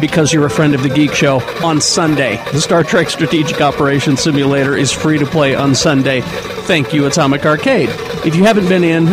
because you're a friend of the Geek Show on Sunday. The Star Trek Strategic Operations Simulator is free to play on Sunday. Thank you, Atomic Arcade. If you haven't been in,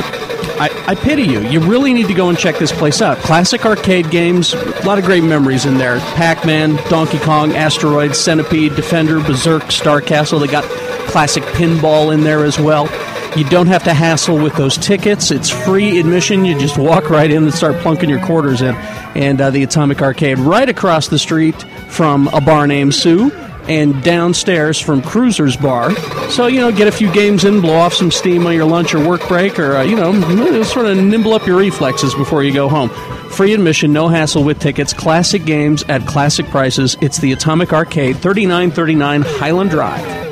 I, I pity you. You really need to go and check this place out. Classic arcade games, a lot of great memories in there. Pac Man, Donkey Kong, Asteroid, Centipede, Defender, Berserk, Star Castle. They got classic pinball in there as well. You don't have to hassle with those tickets. It's free admission. You just walk right in and start plunking your quarters in. And uh, the Atomic Arcade right across the street from a bar named Sue and downstairs from Cruiser's Bar. So, you know, get a few games in, blow off some steam on your lunch or work break, or, uh, you know, sort of nimble up your reflexes before you go home. Free admission, no hassle with tickets, classic games at classic prices. It's the Atomic Arcade, 3939 Highland Drive.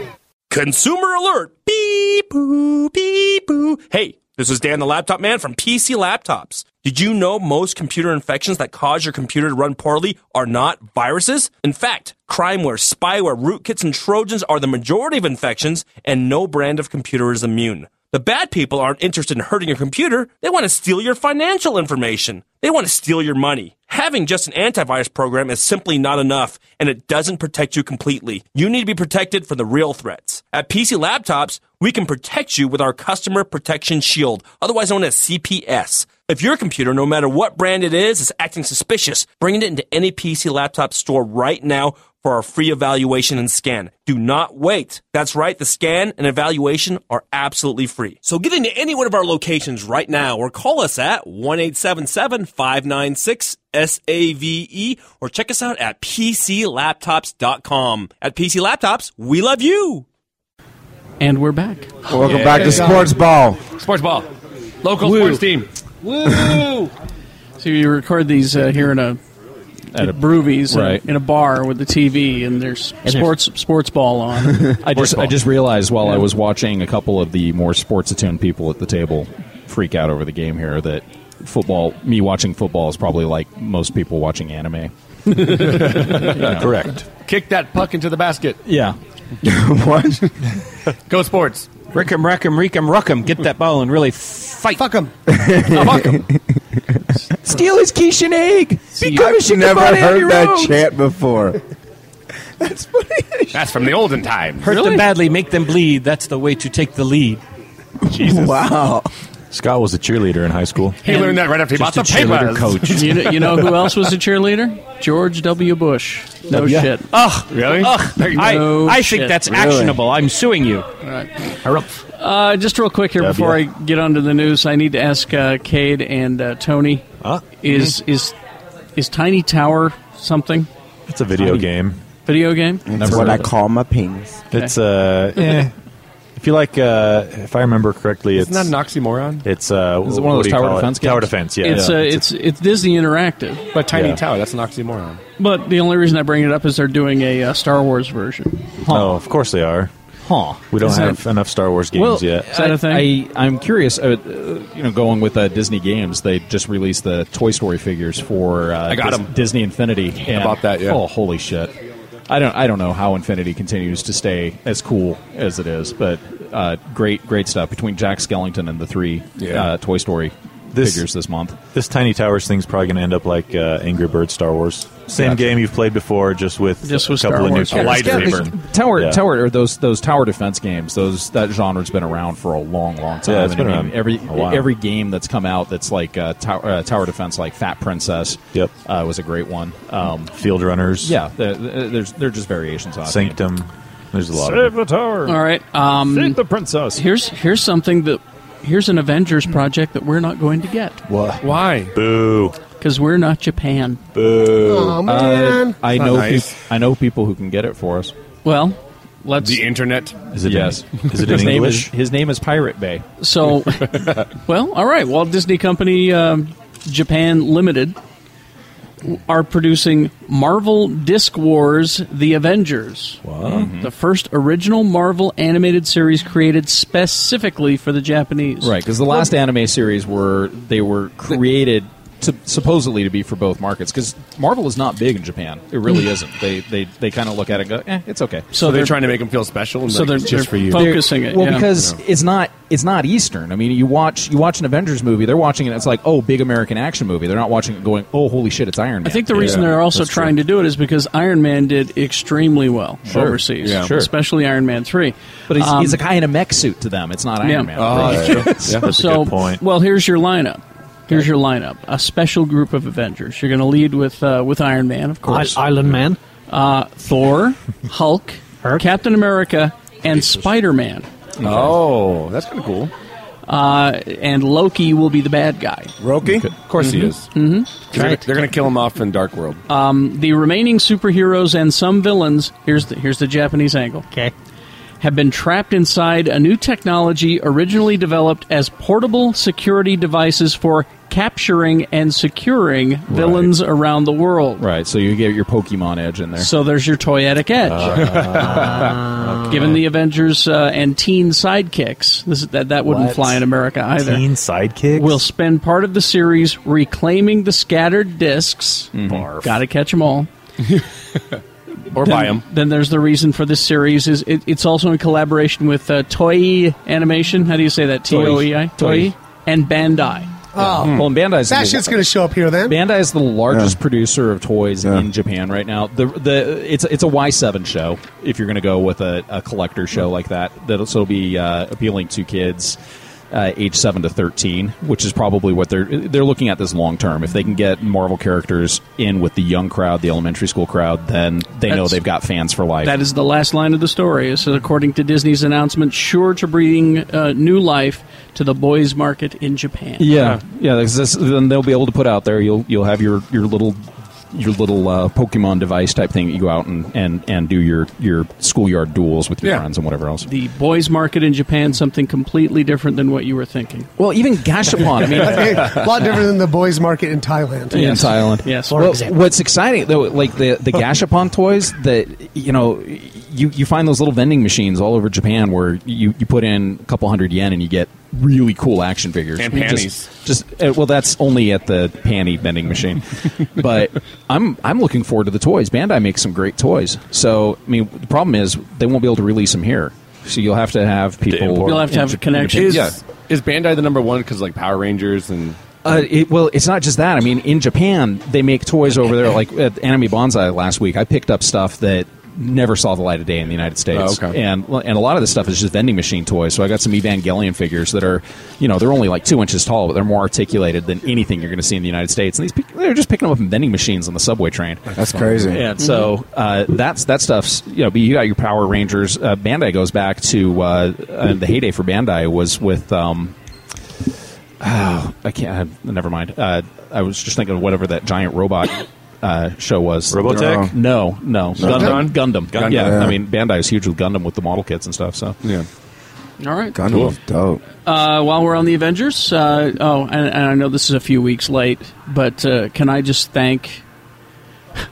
Consumer alert! Beep boo, beep boo. Hey, this is Dan the Laptop Man from PC Laptops. Did you know most computer infections that cause your computer to run poorly are not viruses? In fact, crimeware, spyware, rootkits, and Trojans are the majority of infections, and no brand of computer is immune. The bad people aren't interested in hurting your computer. They want to steal your financial information. They want to steal your money. Having just an antivirus program is simply not enough, and it doesn't protect you completely. You need to be protected from the real threats. At PC Laptops, we can protect you with our Customer Protection Shield, otherwise known as CPS. If your computer, no matter what brand it is, is acting suspicious, bring it into any PC Laptop store right now for our free evaluation and scan. Do not wait. That's right, the scan and evaluation are absolutely free. So get into any one of our locations right now or call us at 1 877 596 SAVE E or check us out at PCLaptops.com. At PC Laptops, we love you.
And we're back.
Welcome back to Sports Ball.
Sports ball. Local
Woo.
sports team.
Woo! so you record these uh, here in a. At, Broovies in a-
Right.
in, a bar with the TV and there's
there's-
sports sports ball on.
I just I just realized while I was watching a couple of the more sports attuned people at the table freak out over the game here that football me watching football is probably like most people watching anime. Correct.
Kick that puck into the basket.
Yeah.
what?
Go sports.
Rickum, rackum, reekum, ruckum. Get that ball and really fight.
Fuck him.
fuck him.
Steal his quiche and egg.
Become a
I've never
shikabane on
heard
your
that
own.
chant before.
That's from the olden time.
Hurt them badly, make them bleed. That's the way to take the lead.
Jesus.
Wow.
Scott was a cheerleader in high school.
He learned that right after he
Just
bought the
a cheerleader
papers.
coach.
you, know, you know who else was a cheerleader? George W. Bush. No
Yeah.
shit.
Ugh.
Really?
Ugh.
No
I, I think
shit.
that's
Really?
actionable. I'm suing you.
Uh, just real quick here
W.
before I get onto the news, I need to ask uh, Cade and uh, Tony. Is
Mm-hmm.
is is Tiny Tower something?
It's a video game.
Video game.
Never heard of it.
my penis.
It's uh, eh. if you like, uh, if I remember correctly, it's
Isn't that an oxymoron?
It's uh,
Is it
wh-
one of
what
those
do you
tower
call it?
defense games?
Tower defense. Yeah,
It's
yeah.
uh, it's it's Disney Interactive,
But Tiny
Yeah.
Tower, that's an oxymoron.
But the only reason I bring it up is they're doing a uh, Star Wars version.
Oh, of course they are.
Huh.
We don't
Isn't
have enough Star Wars games
well,
yet.
I, I, I'm curious. Uh, uh, you know, going with uh, Disney games, they just released the Toy Story figures for uh,
I got
Dis-
'em.
Disney Infinity. And,
bought that, yeah.
Oh, holy shit! I don't. I don't know how Infinity continues to stay as cool as it is, but uh, great, great stuff between Jack Skellington and the three
Yeah.
uh, Toy Story figures this month.
This Tiny Towers thing's probably going to end up like uh, Angry Bird Star Wars. Same
Gotcha.
game you've played before, just with
Just
a
with
couple
Star
of new
Wars. Yeah, it's gotta be-
lightsabers.
tower
Yeah.
tower or those those tower defense games. Those that genre's been around for a long, long time.
Yeah, it's
And I
been
mean,
around
every
a while.
every game that's come out that's like uh, tower, uh, tower defense, like Fat Princess. Yep, uh, was a great one. Um,
Field Runners.
Yeah, the- the- there's they're just variations on it.
Sanctum. There's a lot of
the tower. All
right. Um,
Save
the
princess.
Here's here's something that here's an Avengers project that we're not going to get.
What?
Why?
Boo.
Because we're not Japan.
Boo.
Aw,
Uh,
man.
I
Not
know
nice.
peop- I know people who can get it for us.
Well, let's.
The internet
Is it in-
Yes.
is it in His name is- English? his name is Pirate Bay.
So, well, all right. Walt Disney Company um, Japan Limited are producing Marvel Disc Wars: The Avengers. Wow.
Mm-hmm.
The first original Marvel animated series created specifically for the Japanese.
Right, because the last anime series were they were created to, supposedly to be for both markets. Because Marvel is not big in Japan; it
Mm.
really isn't. They they, they kind of look at it and go, "Eh, it's okay."
So, they're, trying to make them feel special. And
so
like,
they're
it's just for
they're
you.
focusing it. Well,
Yeah.
because it's not it's not Eastern. I mean, you watch you watch an Avengers movie, they're watching it. It's like, oh, big American action movie. They're not watching it going, oh, holy shit, it's Iron Man.
I think the reason they're also
That's true.
trying to do it is because Iron Man did extremely well
Sure.
overseas,
Yeah. Sure.
especially Iron Man three.
But he's,
Um,
he's a guy in a mech suit to them. It's not Iron
yeah.
Man.
so, Well, here's your lineup. Here's your lineup. A special group of Avengers. You're going to lead with uh, with Iron Man, of course.
Island Man.
Uh, Thor, Hulk, Captain America, and Spider Man.
Oh, that's kind of cool.
Uh, and Loki will be the bad guy.
Loki? Of course he
Mhm.
is.
Mhm.
'Cause They're, gonna- they're going to kill him off in Dark World.
Um, the remaining superheroes and some villains. Here's the here's the Japanese angle.
Okay.
Have been trapped inside a new technology originally developed as portable security devices for capturing and securing villains around the world.
Right, so you get your Pokemon edge in there.
So there's your toyetic edge.
Ah.
Given the Avengers uh, and teen sidekicks, this, is- that that wouldn't
What?
fly in America either.
Teen sidekicks.
We'll spend part of the series reclaiming the scattered disks
Mm-hmm. Barf.
Got to catch them all.
or
then,
buy 'em.
Then there's the reason for this series is it, it's also in collaboration with uh, Toei Animation. How do you say that? T O E I.
Toei.
Toei and Bandai.
Oh.
Hmm.
Hmm. Well, and Bandai's
That
the-
shit's going to show up here then.
Bandai is the largest producer of toys in Japan right now. The the it's it's a Y seven show if you're going to go with a, a collector show like that. That'll so be uh, appealing to kids. Uh, age seven to thirteen, which is probably what they're they're looking at this long term. If they can get Marvel characters in with the young crowd, the elementary school crowd, then they know
That's-
they've got fans for life.
That is the last line of the story. It says, according to Disney's announcement, sure to bring uh, new life to the boys' market in Japan. Uh,
Yeah, yeah. This, this, then they'll be able to put out there. You'll you'll have your your little your little uh, Pokemon device type thing that you go out and, and, and do your your schoolyard duels with your
Yeah.
friends and whatever else.
The boys' market in Japan, something completely different than what you were thinking.
Well, even Gashapon. I mean,
Hey, a lot different than the boys' market in Thailand.
in Thailand.
Yes.
Well, what's exciting though, like the the Gashapon toys that you know, you you find those little vending machines all over Japan where you you put in a couple hundred yen and you get really cool action figures
And
Just-
panties.
Just, uh, well, that's only at the panty vending machine. but I'm I'm looking forward to the toys. Bandai makes some great toys. So I mean, the problem is they won't be able to release them here. So you'll have to have people. in Jap- in Japan.
Is,
Yeah.
is Bandai the number one because like Power Rangers and
Uh, it, well, it's not just that. I mean, in Japan, they make toys over there. Like at Anime Bonsai last week, I picked up stuff that never saw the light of day in the United States.
Oh, okay.
And and a lot of this stuff is just vending machine toys. So I got some Evangelion figures that are, you know, they're only like two inches tall, but they're more articulated than anything you're going to see in the United States. And these pe- they're just picking them up in vending machines on the subway train.
That's crazy.
Yeah. So uh, that's that stuff's you know. but You got your Power Rangers. Uh, Bandai goes back to uh, uh, the heyday for Bandai was with. Um, oh, I can't. Uh, never mind. Uh, I was just thinking of whatever that giant robot. Uh, show was
Robotech?
No, no, Gundam.
Gundam?
Gundam.
Gundam.
Yeah,
Yeah.
I mean Bandai is huge with Gundam with the model kits and stuff. So yeah,
All right.
dope.
Uh, while we're on the Avengers, uh, oh, and, and I know this is a few weeks late, but uh, can I just thank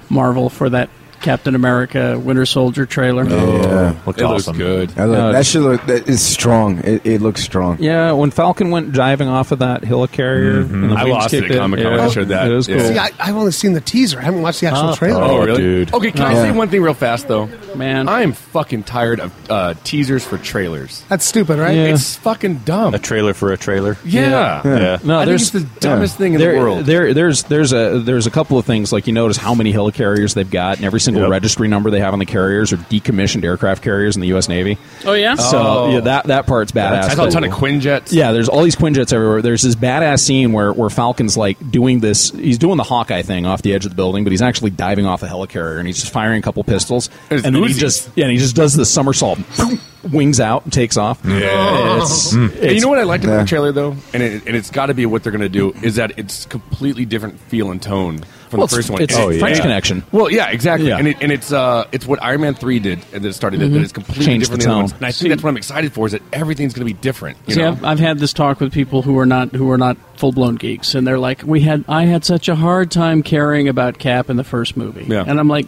Marvel for that Captain America Winter Soldier trailer.
Oh,
Oh,
looks It looks awesome. good.
I look,
No,
that should look. That is strong. It, it looks strong.
Yeah, Uh, when Falcon went diving off of that helicarrier,
Mhm.
and the
I
wings
lost it
kicked
at Comic-Con
yeah,
when I showed that.
It was cool.
See, I, I've only seen the teaser. I haven't watched the
Ah.
actual trailer.
Oh,
Oh,
Okay, can I
Yeah.
say one thing real fast though?
Man,
I am fucking tired of uh, teasers for trailers.
That's stupid, right?
It's fucking dumb.
A trailer for a trailer.
Yeah.
Yeah.
No,
I think
there's
it's the dumbest thing in the
There-
world.
There, there's there's a there's a couple of things like you notice how many helicarriers they've got, and every single registry number they have on the carriers are decommissioned aircraft carriers in the U.S. Navy.
Oh, yeah?
So
Oh.
yeah, that that part's badass.
I saw a ton of
But-
Quinjets.
Yeah, there's all these Quinjets everywhere. There's this badass scene where, where Falcon's like doing this. He's doing the Hawkeye thing off the edge of the building, but he's actually diving off a helicarrier and he's just firing a couple pistols.
It's
and then he
Uzis.
just yeah, and he just does the somersault, boom, wings out, and takes off. It's-
Oh. Mm.
mm.
And you
it's-
know what I liked about the trailer though, and it, and it's got to be what they're going to do is that it's completely different feel and tone from
Well,
the
it's-
first one.
it's
And it-
French
and-
Connection.
Well, yeah, exactly.
Yeah. Mm-hmm.
And it, and it's uh it's what Iron Man three did and then started it.
Mhm.
That it's completely
Changed
different
the
than the
tone.
ones. And I think that's what I'm excited for is that everything's going to be different. You
See,
know?
I've, I've had this talk with people who are not who are not full blown geeks, and they're like, "We had I had such a hard time caring about Cap in the first movie,"
Yeah.
and I'm like,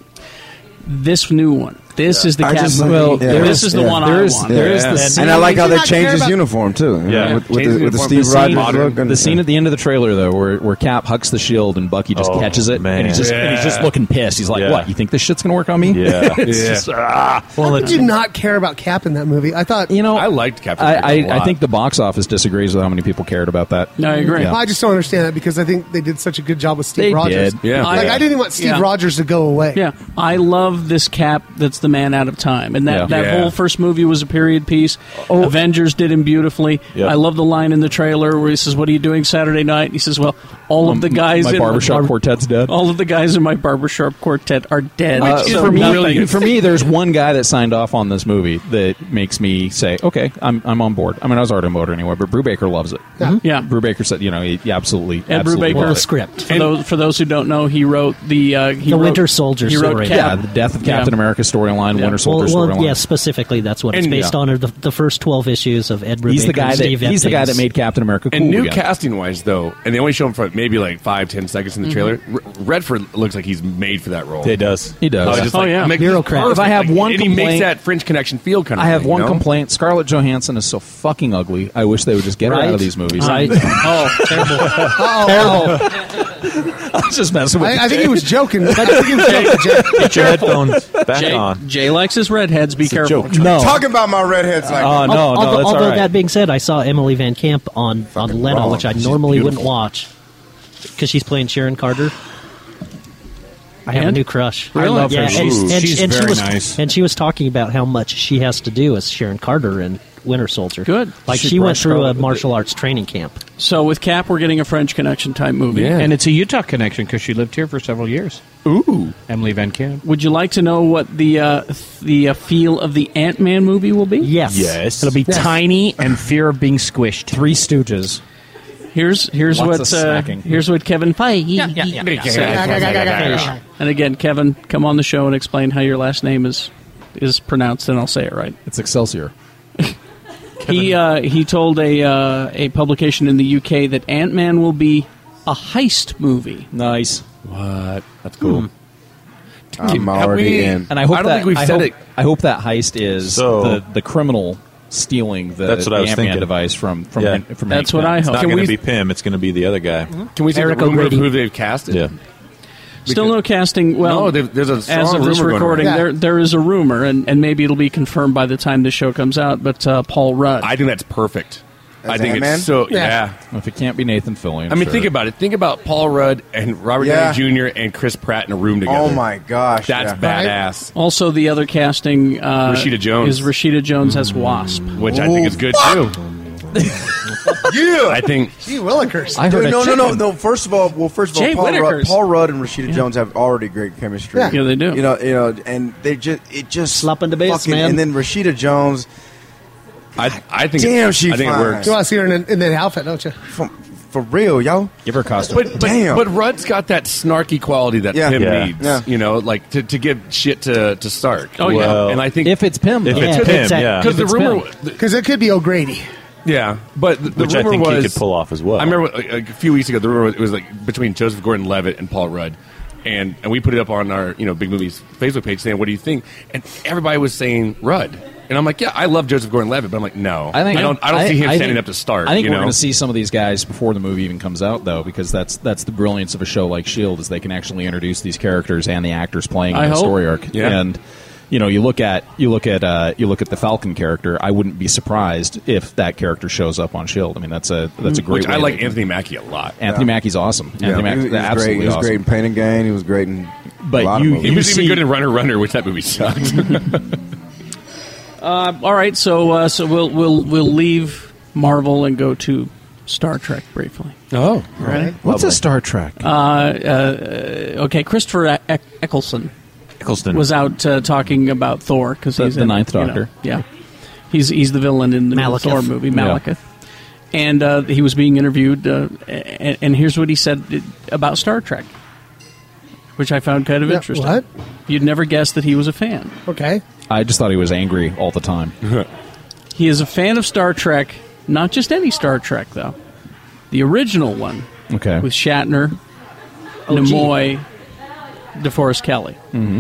"This new one, this is the Cap movie.
well, there
this is the
yeah.
one
There
I
is-
want."
There is the scene-
And I like how they changed his uniform too.
Yeah.
with, with the, with the Steve
scene-
Rogers look. And,
the scene at the end of the trailer, though, where, where Cap hucks the shield and Bucky just
Oh,
catches it,
man.
and he's just and he's just
Yeah.
looking pissed. He's like,
Yeah.
"What? You think this shit's gonna work on me?"
Yeah.
It's
Yeah.
just, ah.
How could you not care about Cap in that movie? I thought
you know I
liked Captain.
I, I, I think the box office disagrees with how many people cared about that. Yeah.
I just don't understand that because I think they did such a good job with Steve
They
Rogers.
did. Yeah.
like
Yeah.
I didn't want Steve
Yeah.
Rogers to go away.
Yeah, I love this Cap. That's the man out of time, and that,
Yeah.
that
Yeah.
whole first movie was a period piece.
Oh.
Avengers did him beautifully.
Yep.
I love the line in the trailer where he says, "What are you doing Saturday night?" And he says, "Well, all of the guys
my
in
barbershop
my
quartet's dead.
all of the guys in my barbershop quartet are dead."
Uh,
So
for, me,
nothing.
for me, there's one guy that signed off on this movie that makes me say, okay, I'm, I'm on board. I mean, I was already on board anyway, but Brubaker loves it.
Yeah.
Mm-hmm.
Yeah.
Brubaker said, you know, he, he absolutely.
Ed
absolutely
Brubaker
loved it.
For those, for those who don't know, he wrote the uh, he
The
wrote-
Winter Soldier
He wrote
story.
Cap.
Yeah, the death of Captain
Yeah.
America storyline, Winter
well,
Soldier
well,
storyline.
yeah, specifically that's what it's
And-
based
yeah.
on. Are the, the first twelve issues of Ed Brubaker.
He's the guy
and
that-
Steve
he's the guy
Epting's-
that made Captain America
and new casting wise though, and they only show him for maybe like five ten seconds in the
Mhm.
trailer. R- Redford looks like he's made for that role.
He does.
He does.
I was just
Oh,
like,
yeah.
I'm like,
Bureaucrat.
perfect.
If I have
Like,
one
and he
complaint-
makes that French Connection feel kind of.
I have
thing,
one
you know?
complaint. Scarlett Johansson is so fucking ugly. I wish they would just get her out of
Right?
these movies.
Right.
oh, terrible.
terrible.
I was just messing with
Oh, I,
you,
I think he
Jay.
was joking. I think he was joking. Jay.
Get your headphones back
Jay,
on.
Jay likes his redheads. Be careful.
No.
Talking about my redheads like
Oh,
that.
no, no,
although
that's all
although
right.
that being said, I saw Emily Van Camp on on Leno,
wrong.
which I
She's
normally wouldn't
beautiful.
watch because she's playing Sharon Carter. I have a
And?
new crush.
I love
yeah,
her.
And,
Ooh.
and-
She's
and she
very
was,
nice.
And she was talking about how much she has to do as Sharon Carter in Winter Soldier.
Good.
Like
She
she went
brushed
through
Scarlet
a
with
martial arts training camp.
So with Cap, we're getting a French Connection type movie.
And
And
it's a Utah connection because she lived here for several years.
Ooh.
Emily Van Camp.
would you like to know what the uh, th- the uh, feel of the Ant Man movie will be?
Yes.
It'll be tiny and fear of being squished.
Three Stooges.
Here's here's
Lots
what
of
uh,
smacking.
here's what Kevin Feige
yeah.
said.
Yeah, yeah, yeah, yeah, yeah.
And again, Kevin, come on the show and explain how your last name is is pronounced, and I'll say it right.
It's Excelsior.
he uh, he told a uh, a publication in the UK that Ant Man will be a heist movie.
Nice. Hmm.
What? That's cool.
I'm already in.
And I hope
I don't
that,
think we've
I
said
hope,
it.
I hope that heist is
So-
the, the criminal stealing the,
That's what I
the
was
Ant-Man
thinking.
device from from,
Yeah.
from
That's
Hank
what
Pym.
I
It's
hope.
not
Can
going
we-
to be Pim. It's going to be the other guy.
Can we see
Eric
the rumor
O'Grady.
of who they've casted?
Yeah.
Still no casting. Well,
No, there- there's a strong
as of this
rumor going
recording,
around.
there there is a rumor, and, and maybe it'll be confirmed by the time the show comes out. But uh, Paul Rudd,
I think that's perfect. I think it's so. yeah.
If it can't be Nathan Fillion,
I mean,
sure.
think about it. Think about Paul Rudd and Robert
Yeah.
Downey Jr. and Chris Pratt in a room together.
Oh my gosh,
that's
yeah.
badass.
Also, the other casting uh,
Rashida Jones.
is Rashida Jones as Wasp,
which I think is good too. yeah, Uh, I think
Gee willikers.
Dude, no, no, no, no. First of all, well, first of
Jay
all, Paul Rudd,
Whitakers.
Paul Rudd and Rashida Jones have already great chemistry.
Yeah. Yeah,
they do.
You know, you know, and they just it just slap
in the base, man.
And then Rashida Jones,
I, I think
damn, she
I think it
fine.
works.
You want to see her in, an, in that outfit, don't you?
for real, yo.
Give her a costume.
But, but,
Damn.
but Rudd's got that snarky quality that
Yeah.
Pym
Yeah.
needs,
Yeah.
you know, like to, to give shit to, to Stark.
Oh, yeah. Well,
and I think
if it's Pym,
if
though.
it's
Yeah,
Pym,
if it's a-
yeah, because
if
the
it's
rumor,
Pym.
Because it could be O'Grady.
yeah, but the, the
Which I
rumor
think he
was
could pull off as well.
I remember like, a few weeks ago, the rumor was it was like between Joseph Gordon-Levitt and Paul Rudd, and and we put it up on our you know big movies Facebook page saying, "What do you think?" And everybody was saying Rudd, and I'm like, "Yeah, I love Joseph Gordon-Levitt," but I'm like, "No, I, don't. I don't see him
I
standing
think-
up to start."
I think
you
we're
know?
going to see some of these guys before the movie even comes out, though, because that's that's the brilliance of a show like Shield E is they can actually introduce these characters and the actors playing
I
in the
hope.
story arc.
Yeah.
And you know, you look at you look at uh, you look at the Falcon character. I wouldn't be surprised if that character shows up on Shield. I mean, that's a that's a great.
Mm. Which I
way
like
they-
Anthony Mackie a lot.
Anthony Mackie's awesome. Anthony Mackie's
he was
absolutely
great. He was
awesome.
great in Pain and Gain. He was great in.
But
a lot
you-
of
He
movies.
was even good in Runner Runner, which that movie sucked.
Uh, all right, so uh, so we'll we'll we'll leave Marvel and go to Star Trek briefly.
Oh,
Ready?
What's a Star Trek?
Uh, uh, okay, Christopher E- Eck- Eccleston.
Eccleston.
was out uh, talking about Thor because
The-
he's
the
in,
Ninth
you know,
Doctor.
yeah, he's he's the villain in the new
Malekith.
Thor movie,
Yeah.
Malekith. And uh, he was being interviewed, uh, and, and here's what he said uh, about Star Trek, which I found kind of
Yeah,
interesting.
what?
You'd never guess that he was a fan.
Okay.
I just thought he was angry all the time.
He is a fan of Star Trek, not just any Star Trek though, the original one
okay.
with Shatner,
OG.
Nimoy, DeForest Kelly.
hmm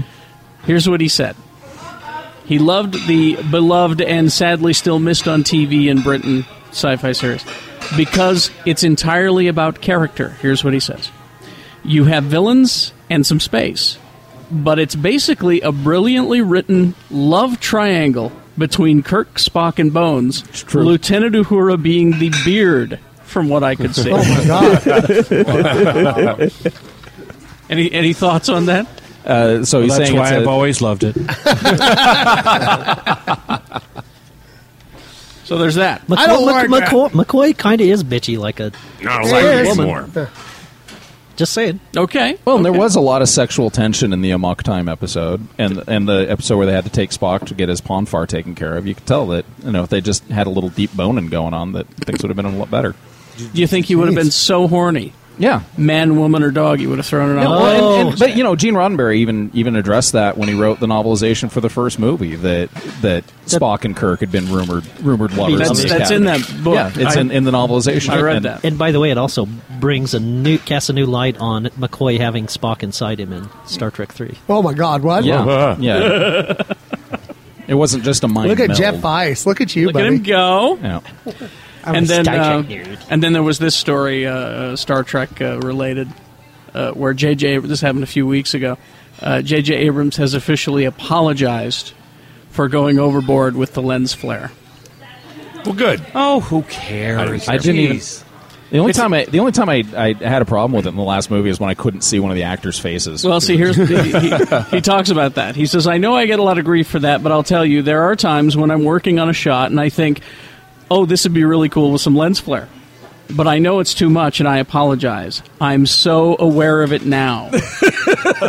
Here's what he said. He loved the beloved and sadly still missed on TV in Britain sci fi series because it's entirely about character. Here's what he says You have villains and some space, but it's basically a brilliantly written love triangle between Kirk, Spock, and Bones, Lieutenant Uhura being the beard, from what I could see.
Oh my God.
any, any thoughts on that?
Uh, so he's
that's
saying
why
it's a-
I've always loved it.
So there's that.
McCoy,
I don't like
McCoy, McCoy kind of is bitchy, like a
I
don't like him anymore.
Just saying.
Okay.
Well, and there was a lot of sexual tension in the Amok Time episode, and and the episode where they had to take Spock to get his Ponfar taken care of. You could tell that you know if they just had a little deep boning going on, that things would have been a lot better.
Do you think he would have been so horny?
Yeah.
Man, woman, or dog, you would have thrown it on.
No,
Oh.
oh,
and- and- but you know, Gene Roddenberry even even addressed that when he wrote the novelization for the first movie that that Spock and Kirk had been rumored rumored lovers.
That's-
of the
that's in
Academy.
that book.
Yeah, it's
I-
in, in the novelization. And-
And by the way, it also brings a new casts a new light on McCoy having Spock inside him in Star Trek Three.
Oh my God! What?
Yeah, yeah. It wasn't just a mind.
Look at
meld.
Jeff Ice. Look at you,
Look
buddy.
at him go.
Yeah.
I'm
and
a
then,
Star
uh,
Trek nerd.
and then there was this story, uh, uh, Star Trek uh, related, uh, where JJ. This happened a few weeks ago. Uh, JJ Abrams has officially apologized for going overboard with the lens flare.
Well, good.
Oh, who cares?
I didn't even.
Jeez.
The only time I the only time I, I had a problem with it in the last movie is when I couldn't see one of the actors' faces.
Well, see, here's the, he, he talks about that. He says, "I know I get a lot of grief for that, but I'll tell you, there are times when I'm working on a shot and I think, oh, this would be really cool with some lens flare." But I know it's too much, and I apologize. I'm so aware of it now.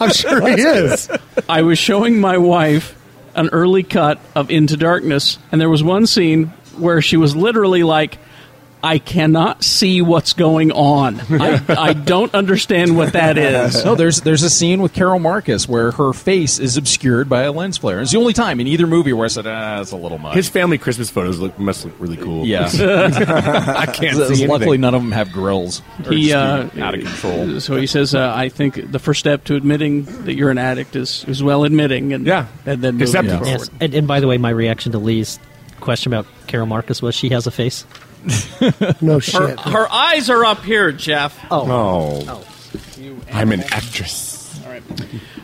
I'm sure he is.
I was showing my wife an early cut of Into Darkness, and there was one scene where she was literally like, I cannot see what's going on. I, I don't understand what that is.
Oh,
no, there's there's a scene with Carol Marcus where her face is obscured by a lens flare. It's the only time in either movie where I said, "Ah, that's a little much."
His family Christmas photos look must look really cool.
yeah,
I can't.
So
see
Luckily,
anything.
none of them have grills. Or
He,
just
uh,
out of control.
So he says, uh, I think the first step to admitting that you're an addict is, is well admitting and, yeah. and then moving forward.
Yes. And, and by the way, my reaction to Lee's question about Carol Marcus was she has a face.
no
Oh,
Her, her eyes are up here, Jeff.
Oh. I'm an actress.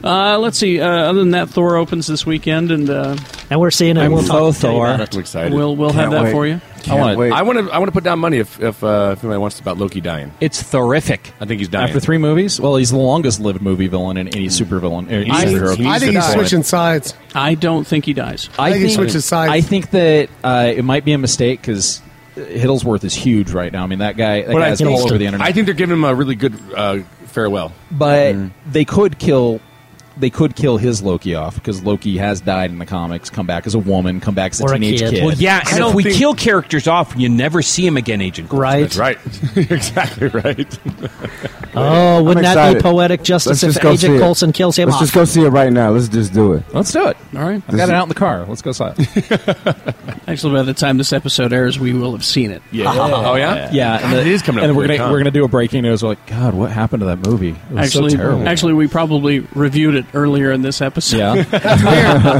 Oh.
Uh, let's see. Uh, other than that, Thor opens this weekend, and uh,
and we're seeing
it.
I'm
We'll
faux
talk- tell you
Thor.
about it. I'm excited.
We'll we'll have
Can't
that
wait.
for you.
I want to. I want to. I want to put down money if if, uh, if anybody wants to about Loki dying.
It's terrific.
I think he's dying.
After three movies, well, he's the longest-lived movie villain in any supervillain. er,
I,
superhero.
I think he's switching sides.
I don't think he dies.
I think he switches sides.
I think that uh, it might be a mistake because Hiddlesworth is huge right now. I mean, that guy, that
But I
guy's
think-
all over the internet.
I think they're giving him a really good uh, farewell.
but they could kill they could kill his Loki off because Loki has died in the comics, come back as a woman, come back as a teenage kid.
Well, yeah,
So
and
if
if we
think-
kill characters off, you never see him again, Agent. Coulson.
Right. That's
right. exactly right.
Oh,
I'm
wouldn't that be
excited.
poetic justice
Let's just
if
go see
Agent
it.
Coulson kills him
Let's
off?
just go see it right now. Let's just do it.
Let's do it. All right. I
This
got
is-
it out in the car. Let's go saw it.
Actually, by the time this episode airs, we will have seen it.
Yeah. Oh,
yeah?
Yeah,
God, it is coming up
And we're
quick,
gonna
huh?
we're gonna do a breaking news. We're like, God, what happened to that movie? It was
Actually,
so terrible.
actually, we probably reviewed it earlier in this episode.
Yeah.
that's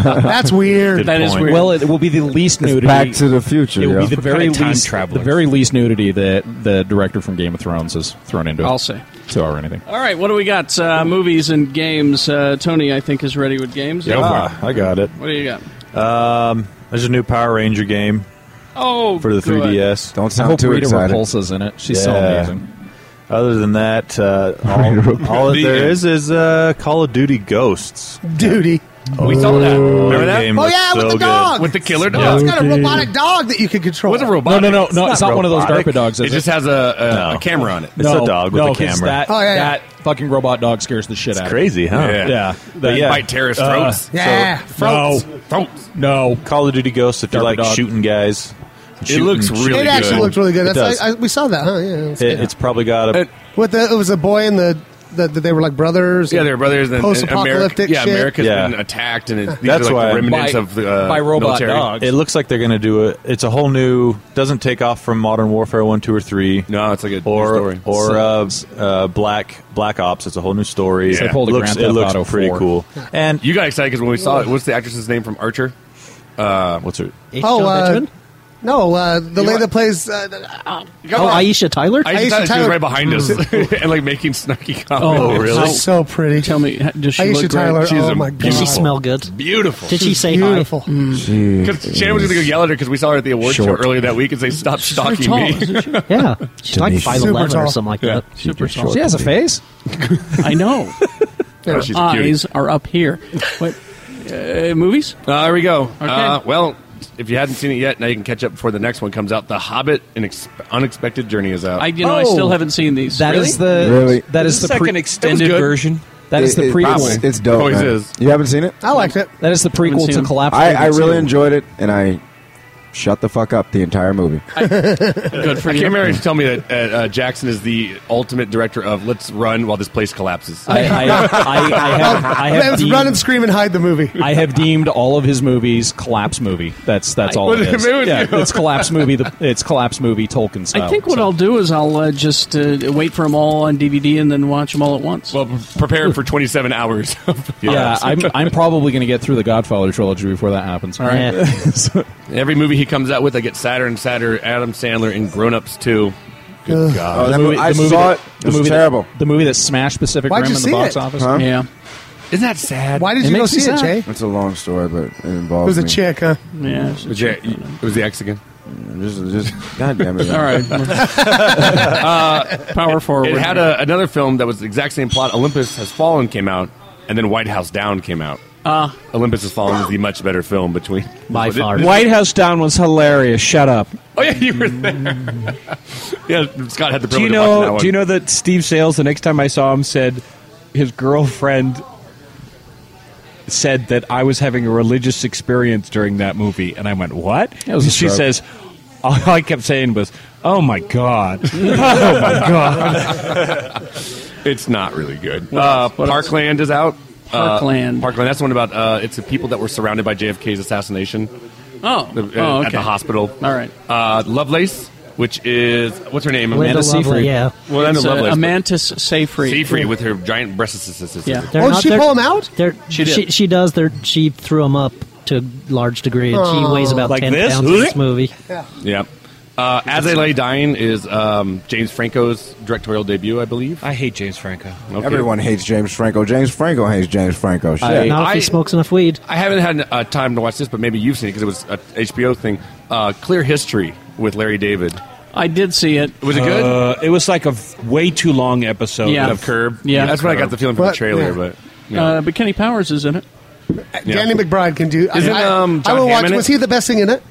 weird.
That's weird.
That is weird.
Well, it will be the least
It's
nudity.
Back to the Future.
It will
yo.
be the very
Time
least
travelers.
the very least nudity that the director from Game of Thrones has thrown into it.
I'll say.
to or anything.
All right, what do we got? Uh, movies and games. Uh, Tony, I think, is ready with games.
Ah, I got it.
What do you got?
Um, there's a new Power Ranger game
Oh,
for the
good.
3DS.
Don't sound I hope too Rita excited.
Repulsa's in it. She's so amazing.
Other than that, uh, all, all that
The
there
end.
is is uh, Call of Duty Ghosts.
Duty.
We saw that. Remember that? game
Oh
looks
yeah,
so
with the
good.
dog.
With the killer
Yeah,
dog.
it's got a
Okay.
robotic dog that you can control.
With a robot.
no, no, no, it's not one of those
robotic.
DARPA dogs, is
It just
it?
has a, a,
No.
a camera on it.
No, no, 'cause
That,
Oh, yeah, yeah.
that fucking robot dog scares the shit out of me.
Crazy, huh?
Yeah.
Yeah.
But
That-
yeah.
Bite terrorist
Uh,
throats.
Yeah,
No.
throats.
Throats.
No.
Call of Duty Ghosts if you
Dark
like
Dog.
shooting guys. Shooting-
looks really
shooting
it actually
people.
looked really good.
It
That's
does.
I, I, we saw that, huh? Yeah. it was
It-
good.
It's probably got a.
With the, it was a boy and the that that they were like brothers.
Yeah,
and
they're brothers. And, and America,
post-apocalyptic
yeah,
shit.
America's
Yeah.
been attacked, and it, these
That's
are like
why-
the remnants of the uh, military.
It looks like they're going to do it. It's a whole new. Doesn't take off from Modern Warfare one, two, or three.
No, it's like a
or
story.
or uh, s- uh, Black Black Ops. It's a whole new story.
So they
It
pulled
a
looks,
Grand Theft
it looks
Auto
pretty
4.
cool. And
you got excited because when we saw it, what's the actress's name from Archer? Uh,
what's her?
Oh, uh, no, uh, the lady that plays. Uh, uh,
Oh, Aisha Tyler?
I
Aisha
just thought she was
Tyler-
right behind us and like making snarky comments.
Oh, really?
she's so pretty.
Tell me, ha- does she
Aisha
look
Tyler.
great?
She's
oh
a
my
Did
god,
she smell good?
Beautiful.
Did she
She's
say hi?
beautiful?
Mm.
Because Shannon was going to go yell at her because we saw her at the award
Short.
show earlier that week and say, "Stop stalking
tall,
me."
isn't she?
Yeah. She's like
Denise.
5'11
Super
or
tall.
something like that.
Super tall.
She has a face.
I know.
Oh,
Her
she's a cutie.
eyes are up here. What? Uh, movies?
Uh, there we go. Uh, well, if you hadn't seen it yet, now you can catch up before the next one comes out. The Hobbit: An Ex- Unexpected Journey is out.
I you know I
Oh.
still haven't seen these.
That is the
Really?
that is
the
the pre-
second extended
good.
version.
that is the
It- it-
prequel.
It's, it's dope.
Always
man.
is.
You haven't seen it?
I liked it.
That is the
Haven't
prequel
seen
to
it.
Collapse.
I,
Building
I really
Two.
enjoyed it, and I shut the fuck up the entire movie.
Good for I can't remember if you tell me that uh, uh, Jackson is the ultimate director of "Let's run while this place collapses."
I, I, I, I have, I have
Let's run and
deemed,
scream and hide the movie.
I have deemed all of his movies collapse movie. That's that's all it
What-
is.
maybe it's
Yeah,
you.
it's collapse movie. The, it's collapse movie Tolkien style.
I think what
so.
I'll do is I'll uh, just uh, wait for them all on DVD and then watch them all at once.
well, pre- prepare for 27 hours. of-
Yeah, I'm, I'm probably going to get through the Godfather trilogy before that happens. All
right.
Every movie he comes out with, I get sadder and sadder. Adam Sandler in Grown Ups too. Good God.
Oh, that movie, I
the movie
saw
that-
it. It was
movie
terrible.
That, the movie that smashed Pacific
Why'd
Rim
you
in the
see
box
it?
office.
Huh?
yeah,
Isn't that sad?
Why did you go
makes
see
me
it,
sad.
Jay? It
It's a long story, but it involves
was a
me.
chick, huh?
yeah. it's-
Was it, it was the X again.
Just, just, God damn it.
All right,
uh,
power forward.
It had a, another film that was the exact same plot. Olympus Has Fallen came out, and then White House Down came out.
Uh,
Olympus Has Fallen is the much better film between.
By
Was it-
far.
White House Down was hilarious. Shut up.
Oh yeah, you were there.
Mm.
yeah, Scott had the
Do
privilege
you
of watching that
know?
one.
Do you know that Steve Sales? The next time I saw him, said his girlfriend said that I was having a religious experience during that movie, and I went, "What?"
It was a
And she
stroke.
says, all I kept saying was, "Oh my god, oh my
Oh,
god."
uh, It's not really good. Uh, Parkland is out. Uh,
Parkland.
Parkland. That's the one about uh, it's the people that were surrounded by JFK's assassination
oh,
uh,
oh, okay.
at the hospital.
All right.
Uh, Lovelace, which is what's her name?
Linda
Amanda
Lovelace,
Seyfried.
Yeah.
Well, Amanda
It's, uh,
Lovelace.
Amantis Seyfried.
Seyfried with her giant breasts.
Yeah.
They're
Oh,
not-
she
they're-
pull 'em out?
They're, she,
did.
she does. They're, she threw them up to a large degree. and She weighs about
Like
10
this?
pounds in this movie.
Yeah. Uh, As I Lay Dying is um, James Franco's directorial debut, I believe.
I hate James Franco.
Okay.
Everyone hates James Franco. James Franco hates James Franco. Shit.
Not if
I-
he smokes enough weed.
I haven't had uh, time to watch this, but maybe you've seen it because it was a HBO thing. Uh, Clear History with Larry David.
I did see it.
Was it good?
Uh, it was like a v- way too long episode
Yeah.
of Curb.
Yeah.
That's what I got the feeling from
But-
the trailer,
yeah.
but. you know.
Uh, but Kenny Powers is in it.
Uh, Danny McBride can do.
Isn't,
I, I-
um,
I
John
will
Hamm
watch.
in it?
Was he the best thing in it?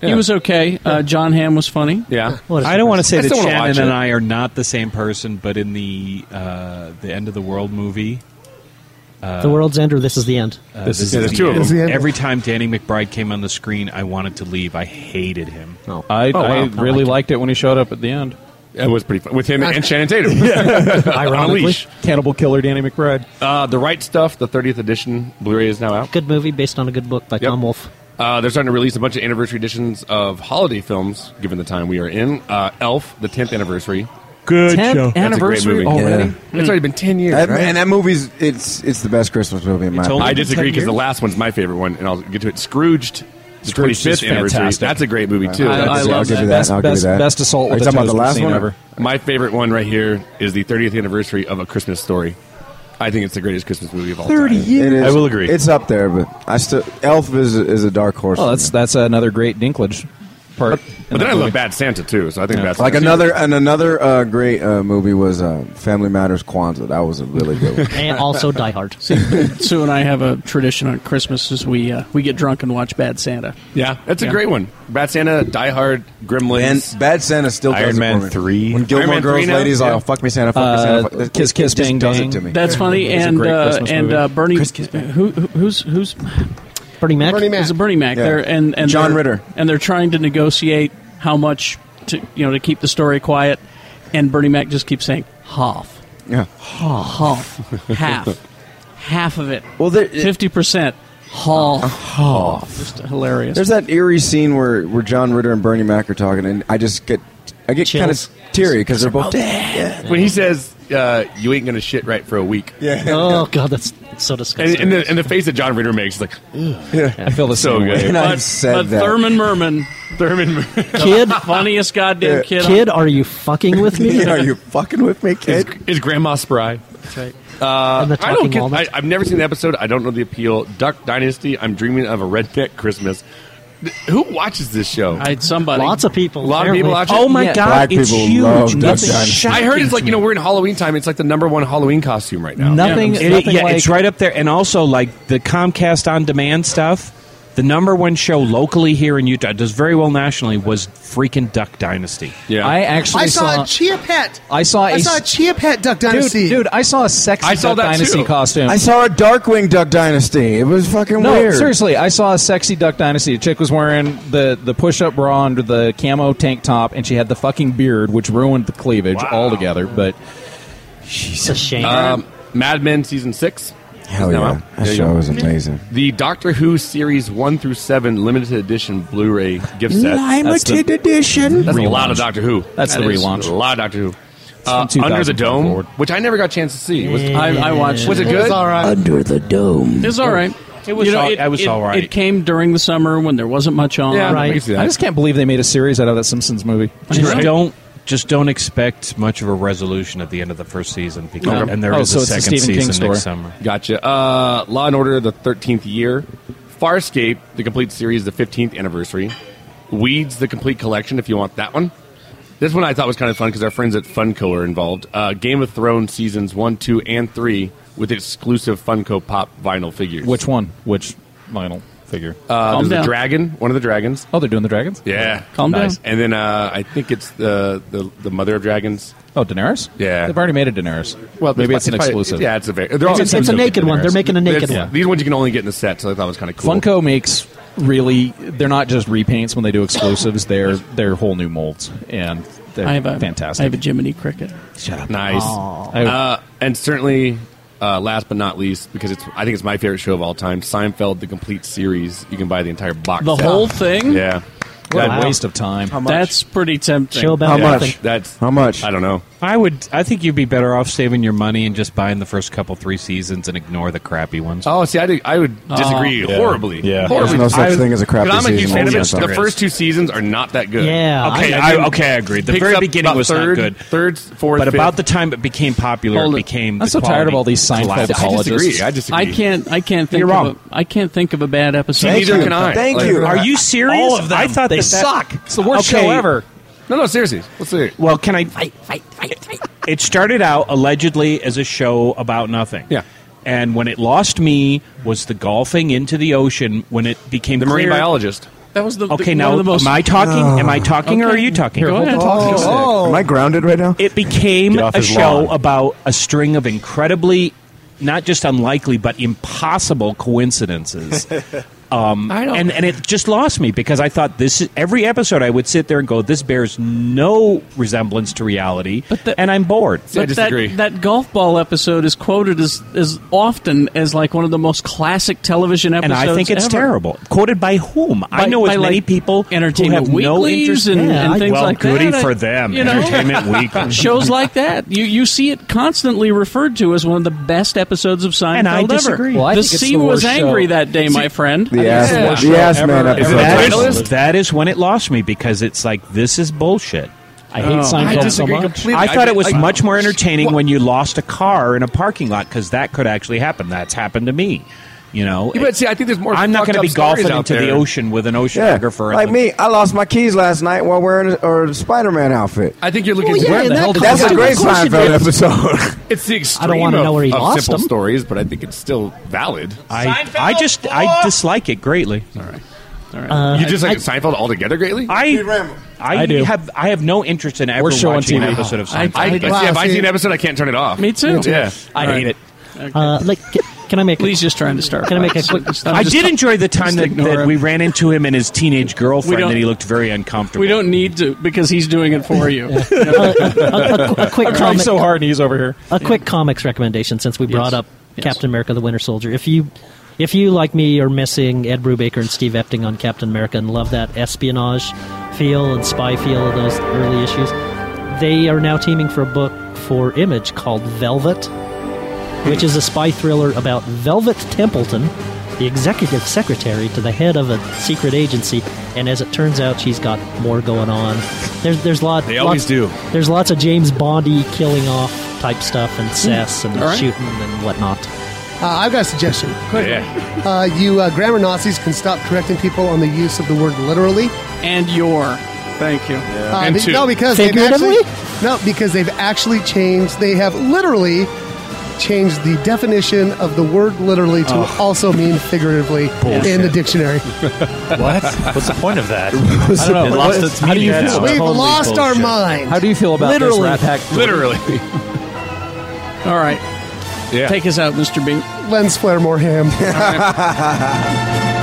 He was okay. Uh, John Hamm was funny.
yeah.
What is
I don't want to say
I
that
still wanna
Shannon
watch
and
it.
I are not the same person, but in the uh, the end of the world movie,
Uh,
the world's end, or this is the end.
uh, this, is the end. Every time Danny McBride came on the screen, I wanted to leave. I hated him.
I,
Oh, wow.
I
I
really
liked
liked it when he showed up at the end.
It was pretty fun with him and Shannon Tatum. On a
Ironically,
leash.
Cannibal Killer Danny McBride.
Uh, the Right Stuff, the 30th edition Blu-ray is now out.
Good movie based on a good book by Tom Wolfe.
Uh, they're starting to release a bunch of anniversary editions of holiday films, given the time we are in. Uh, Elf, the 10th anniversary.
Good
10th show. anniversary already? It's already been 10 years,
That,
right?
And that movie's it's it's the best Christmas movie in my opinion.
I disagree because the last one's my favorite one, and I'll get to it. Scrooged, the
Scrooged is
25th anniversary.
fantastic.
That's a great movie too.
I- I
That's-
love I'll give that. you that. Best- I'll give you best- that. best assault
Are you
with a
talking about the
toast
last
scene
one?
ever.
My favorite one right here is the 30th anniversary of A Christmas Story. I think it's the greatest Christmas movie of all time.
It is-
I will agree.
It's up there, but I still Elf is is a dark horse.
Oh,
for
that's that's another great Dinklage part.
But then I love Bad Santa too, so I think Bad Santa.
Like another and another uh, great uh, movie was uh, Family Matters Kwanzaa. That was a really good one.
and also Die Hard.
Sue and I have a tradition on Christmas is we uh, we get drunk and watch Bad Santa.
Yeah, that's a
Yeah.
great one. Bad Santa, Die Hard, Gremlins,
And Bad Santa still does it for me. When Gilmore Girls ladies all fuck me Santa, fuck
Uh,
me Santa, fuck it- it just does it to me.
That's funny.
It's a
and
great
uh,
Christmas
and
movie.
uh, Bernie, who, who's who's
Bernie Mac?
Bernie Mac. It's Bernie Mac.
Yeah.
There and, and
John
they're-
Ritter.
and they're trying to negotiate how much to you know to keep the story quiet, and Bernie Mac just keeps saying half,
Yeah.
half, half, half of it.
Well,
fifty percent. Half, half. Just hilarious.
There's that eerie scene where, where John Ritter and Bernie Mac are talking, and I just get I get kind of
Chills.
teary because they're
Oh,
both
When he says, uh, "You ain't gonna shit right for a week."
Yeah.
Oh god, that's so disgusting.
And, and, the, and the face that John Ritter makes is like,
I
feel the
so
same way.
good.
And I
But-
said
but Thurman Merman,
Thurman,
kid,
funniest goddamn kid. on-
Kid, are you fucking with me?
Are you fucking with me,
Is, is Grandma Spry?
That's right.
Uh,
And the
I
talking
don't get.
walnut.
I, I've never seen the episode. I don't know the appeal. Duck Dynasty. I'm dreaming of a redneck Christmas. Th- Who watches this show?
I, somebody.
Lots of people.
A lot of people watch it.
Oh my Yeah. God, Black it's people huge. love Duck Nothing Dynasty. shocking
I heard it's like
to
you know we're in Halloween time. It's like the number one Halloween costume right now.
It- it- yeah, it's right up there. And also, like the Comcast on demand stuff, the number one show locally here in Utah, does very well nationally, was freaking Duck Dynasty.
Yeah,
I actually
I
saw.
saw-
I
Chia Pet.
saw.
I
a-
saw a Chia Pet Duck
Dude,
Dynasty.
Dude, I saw a sexy
I saw
Duck
that
Dynasty
too.
costume.
I saw a Darkwing Duck Dynasty. It was fucking
No,
weird.
seriously, I saw a sexy Duck Dynasty. A chick was wearing the, the push up bra under the camo tank top, and she had the fucking beard, which ruined the cleavage altogether. But
she's a shame.
Um, Mad Men season six.
Hell
Is now
yeah.
out.
That
There you
show
go.
was amazing.
The Doctor Who series one through seven limited edition Blu-ray gift set.
Limited edition.
That's a lot of Doctor Who.
That's the
is
relaunch.
A lot of Doctor Who. Uh,
from
Under the
2000
Dome,
forward.
which I never got a chance to see. Was,
I- I watched
Was
it.
it
It
good?
was all right.
Under the Dome.
It's all right.
It was all- I was
it,
all right.
It came during the summer when there wasn't much
Oh,
on.
I just can't believe they made a series out of that Simpsons movie.
Just don't just don't expect much of a resolution at the end of the first season because
Okay.
and there
Oh,
is a second season next summer.
Gotcha. Uh, Law and Order, the 13th year. Farscape, the complete series, the 15th anniversary. Weeds, the complete collection, if you want that one. This one I thought was kind of fun because our friends at Funko are involved. Uh, Game of Thrones seasons 1, 2, and 3 with exclusive Funko Pop vinyl figures.
Which one? Which vinyl figure?
Uh,
Calm
there's
down.
a dragon, one of the dragons.
Oh, they're doing the dragons?
Yeah.
Calm
Nice.
down.
And then uh, I think it's the, the, the Mother of Dragons.
Oh, Daenerys?
Yeah.
They've already made a Daenerys.
Well,
maybe
it's
it's an
probably-
exclusive.
yeah, it's a very- they're all-
It's a- it's a naked one. They're making a naked
There's-
one.
These ones you can only get in the set, so I thought it was kind of cool.
Funko makes really they're not just repaints when they do exclusives, they're they're whole new molds and they're
I have a
fantastic.
I have a Jiminy Cricket.
Shut up.
Nice. Uh, and certainly, uh, last but not least, because it's I think it's my favorite show of all time, Seinfeld: The Complete Series. You can buy the entire box.
The
set.
whole thing?
Yeah.
What a waste of time. How much?
That's pretty tempting.
Yeah, That's
how much?
I don't know.
I would. I think you'd be better off saving your money and just buying the first couple three seasons and ignore the crappy ones.
Oh, see, I, do, I would
Oh.
disagree
Yeah.
horribly.
Yeah.
horribly.
There's no such
I-
thing as a crappy
'cause I'm a huge
season.
fan of
Oh,
it.
yes, there
The
is.
first two seasons are not that good.
Yeah, Okay, I- I- I- okay, I agree. The
Picks
very
up
beginning
about
was not
third,
good.
Third, fourth,
but
fifth.
about the time it became popular,
Hold
it
it.
became.
I'm
the
so tired of
quality
all these Seinfeld
collapsed.
apologists. I disagree.
I can't. I can't think.
You're
of
wrong.
A, I can't think of a bad episode.
Neither can I. Like-
Are you serious?
All of them.
I thought
They
that that-
suck. It's the
worst
Okay.
show ever.
No, no, seriously. Let's see.
Well, can I fight, fight, fight, fight? It started out allegedly as a show about nothing. Yeah. And when it lost me was the golfing into the ocean when it became
The marine
clear-
biologist.
That was the
Okay,
the-
now
one of the most-
am I talking?
Uh,
Am I talking or are you talking?
Go ahead. Oh.
Am I grounded right now?
It became
Get off
a
his
show
lawn.
about a string of incredibly not just unlikely but impossible coincidences. Um,
I know.
and and it just lost me because I thought this is, every episode I would sit there and go, this bears no resemblance to reality, and I'm bored.
But That, that golf ball episode is quoted as as often as like one of the most classic television
And
episodes.
I think it's
ever.
terrible. Quoted by whom? I
By-
know
by,
as many
like,
people
Entertainment
who have no
Weeklies
interest
and, and things
well,
like
goody
that. I-
for them.
you know?
Entertainment Weekly
shows like that. You you see it constantly referred to as one of the best episodes of Seinfeld
And I disagree.
ever.
Well, I
the
think it's
sea
the
was
worst
angry
show.
that day,
See,
my friend.
I think it's the worst show ever.
ever.
That is- that is when it lost me because it's like this is bullshit.
I hate Oh. Seinfeld I so disagree much. completely.
I thought it was
I- I-
much more entertaining when you lost a car in a parking lot because that could actually happen. That's happened to me. You know,
Yeah, but see, I think there's more.
I'm not
fucked
going to
up
be golfing
stories out
into the
there.
ocean with an oceanographer.
like me, I lost my keys last night while wearing a, a Spider-Man outfit.
I think you're
Oh,
looking.
Well, yeah,
where
and
the
that
hell did
comes
this
out.
come
That's a great Of
from?
course you Seinfeld did. episode.
it's the extreme.
wanna
of,
know where he
of
lost
simple
them.
stories, but I think it's still valid.
I, I just I dislike it greatly. All right, all right.
Uh, you dislike Seinfeld altogether greatly?
I I,
I do.
have I have no interest in ever
We're showing
watching an
TV.
episode of
I-
Seinfeld.
I- I- yeah, if I see an episode, I can't turn it off.
Me too.
Yeah,
I hate it.
Uh, like, ca- can I make?
Lee's just trying to start.
Can I make a
fights.
quick?
I'm
I
just-
did enjoy the time
just
that,
ignore
that
him.
we ran into him and his teenage
We
girlfriend,
don't-
and he looked very uncomfortable.
We don't need to because he's doing it for you.
a quick
I'm trying
comment.
so hard, and he's over here.
A quick comics recommendation since we brought
Yes.
up Captain America: The Winter Soldier. If you if you like me are missing Ed Brubaker and Steve Epting on Captain America and love that espionage feel and spy feel of those early issues, they are now teaming for a book for Image called Velvet, which is a spy thriller about Velvet Templeton, the executive secretary to the head of a secret agency, and as it turns out, she's got more going on. There's there's lot
They always
lots-
do.
There's lots of James Bondy killing off type stuff and
Mm.
cess and
All right.
shooting and whatnot.
Uh, I've got a suggestion.
Quick.
Uh, you uh, grammar Nazis can stop correcting people on the use of the word literally.
and your. Thank you.
Uh, be- no, because they've actually no, because they've actually changed. They have literally changed the definition of the word literally to
Ugh.
also mean figuratively in the
Bullshit.
dictionary.
What? What's the point of that?
What's
I don't know.
the-
It lost
what-
its
how do you
meaning
feel?
now.
We've lost our mind.
How do you feel about
Literally.
this Rat Pack?
Literally.
All right.
Yeah.
Take us out, Mr. Bink.
Lens flare more ham.
All right.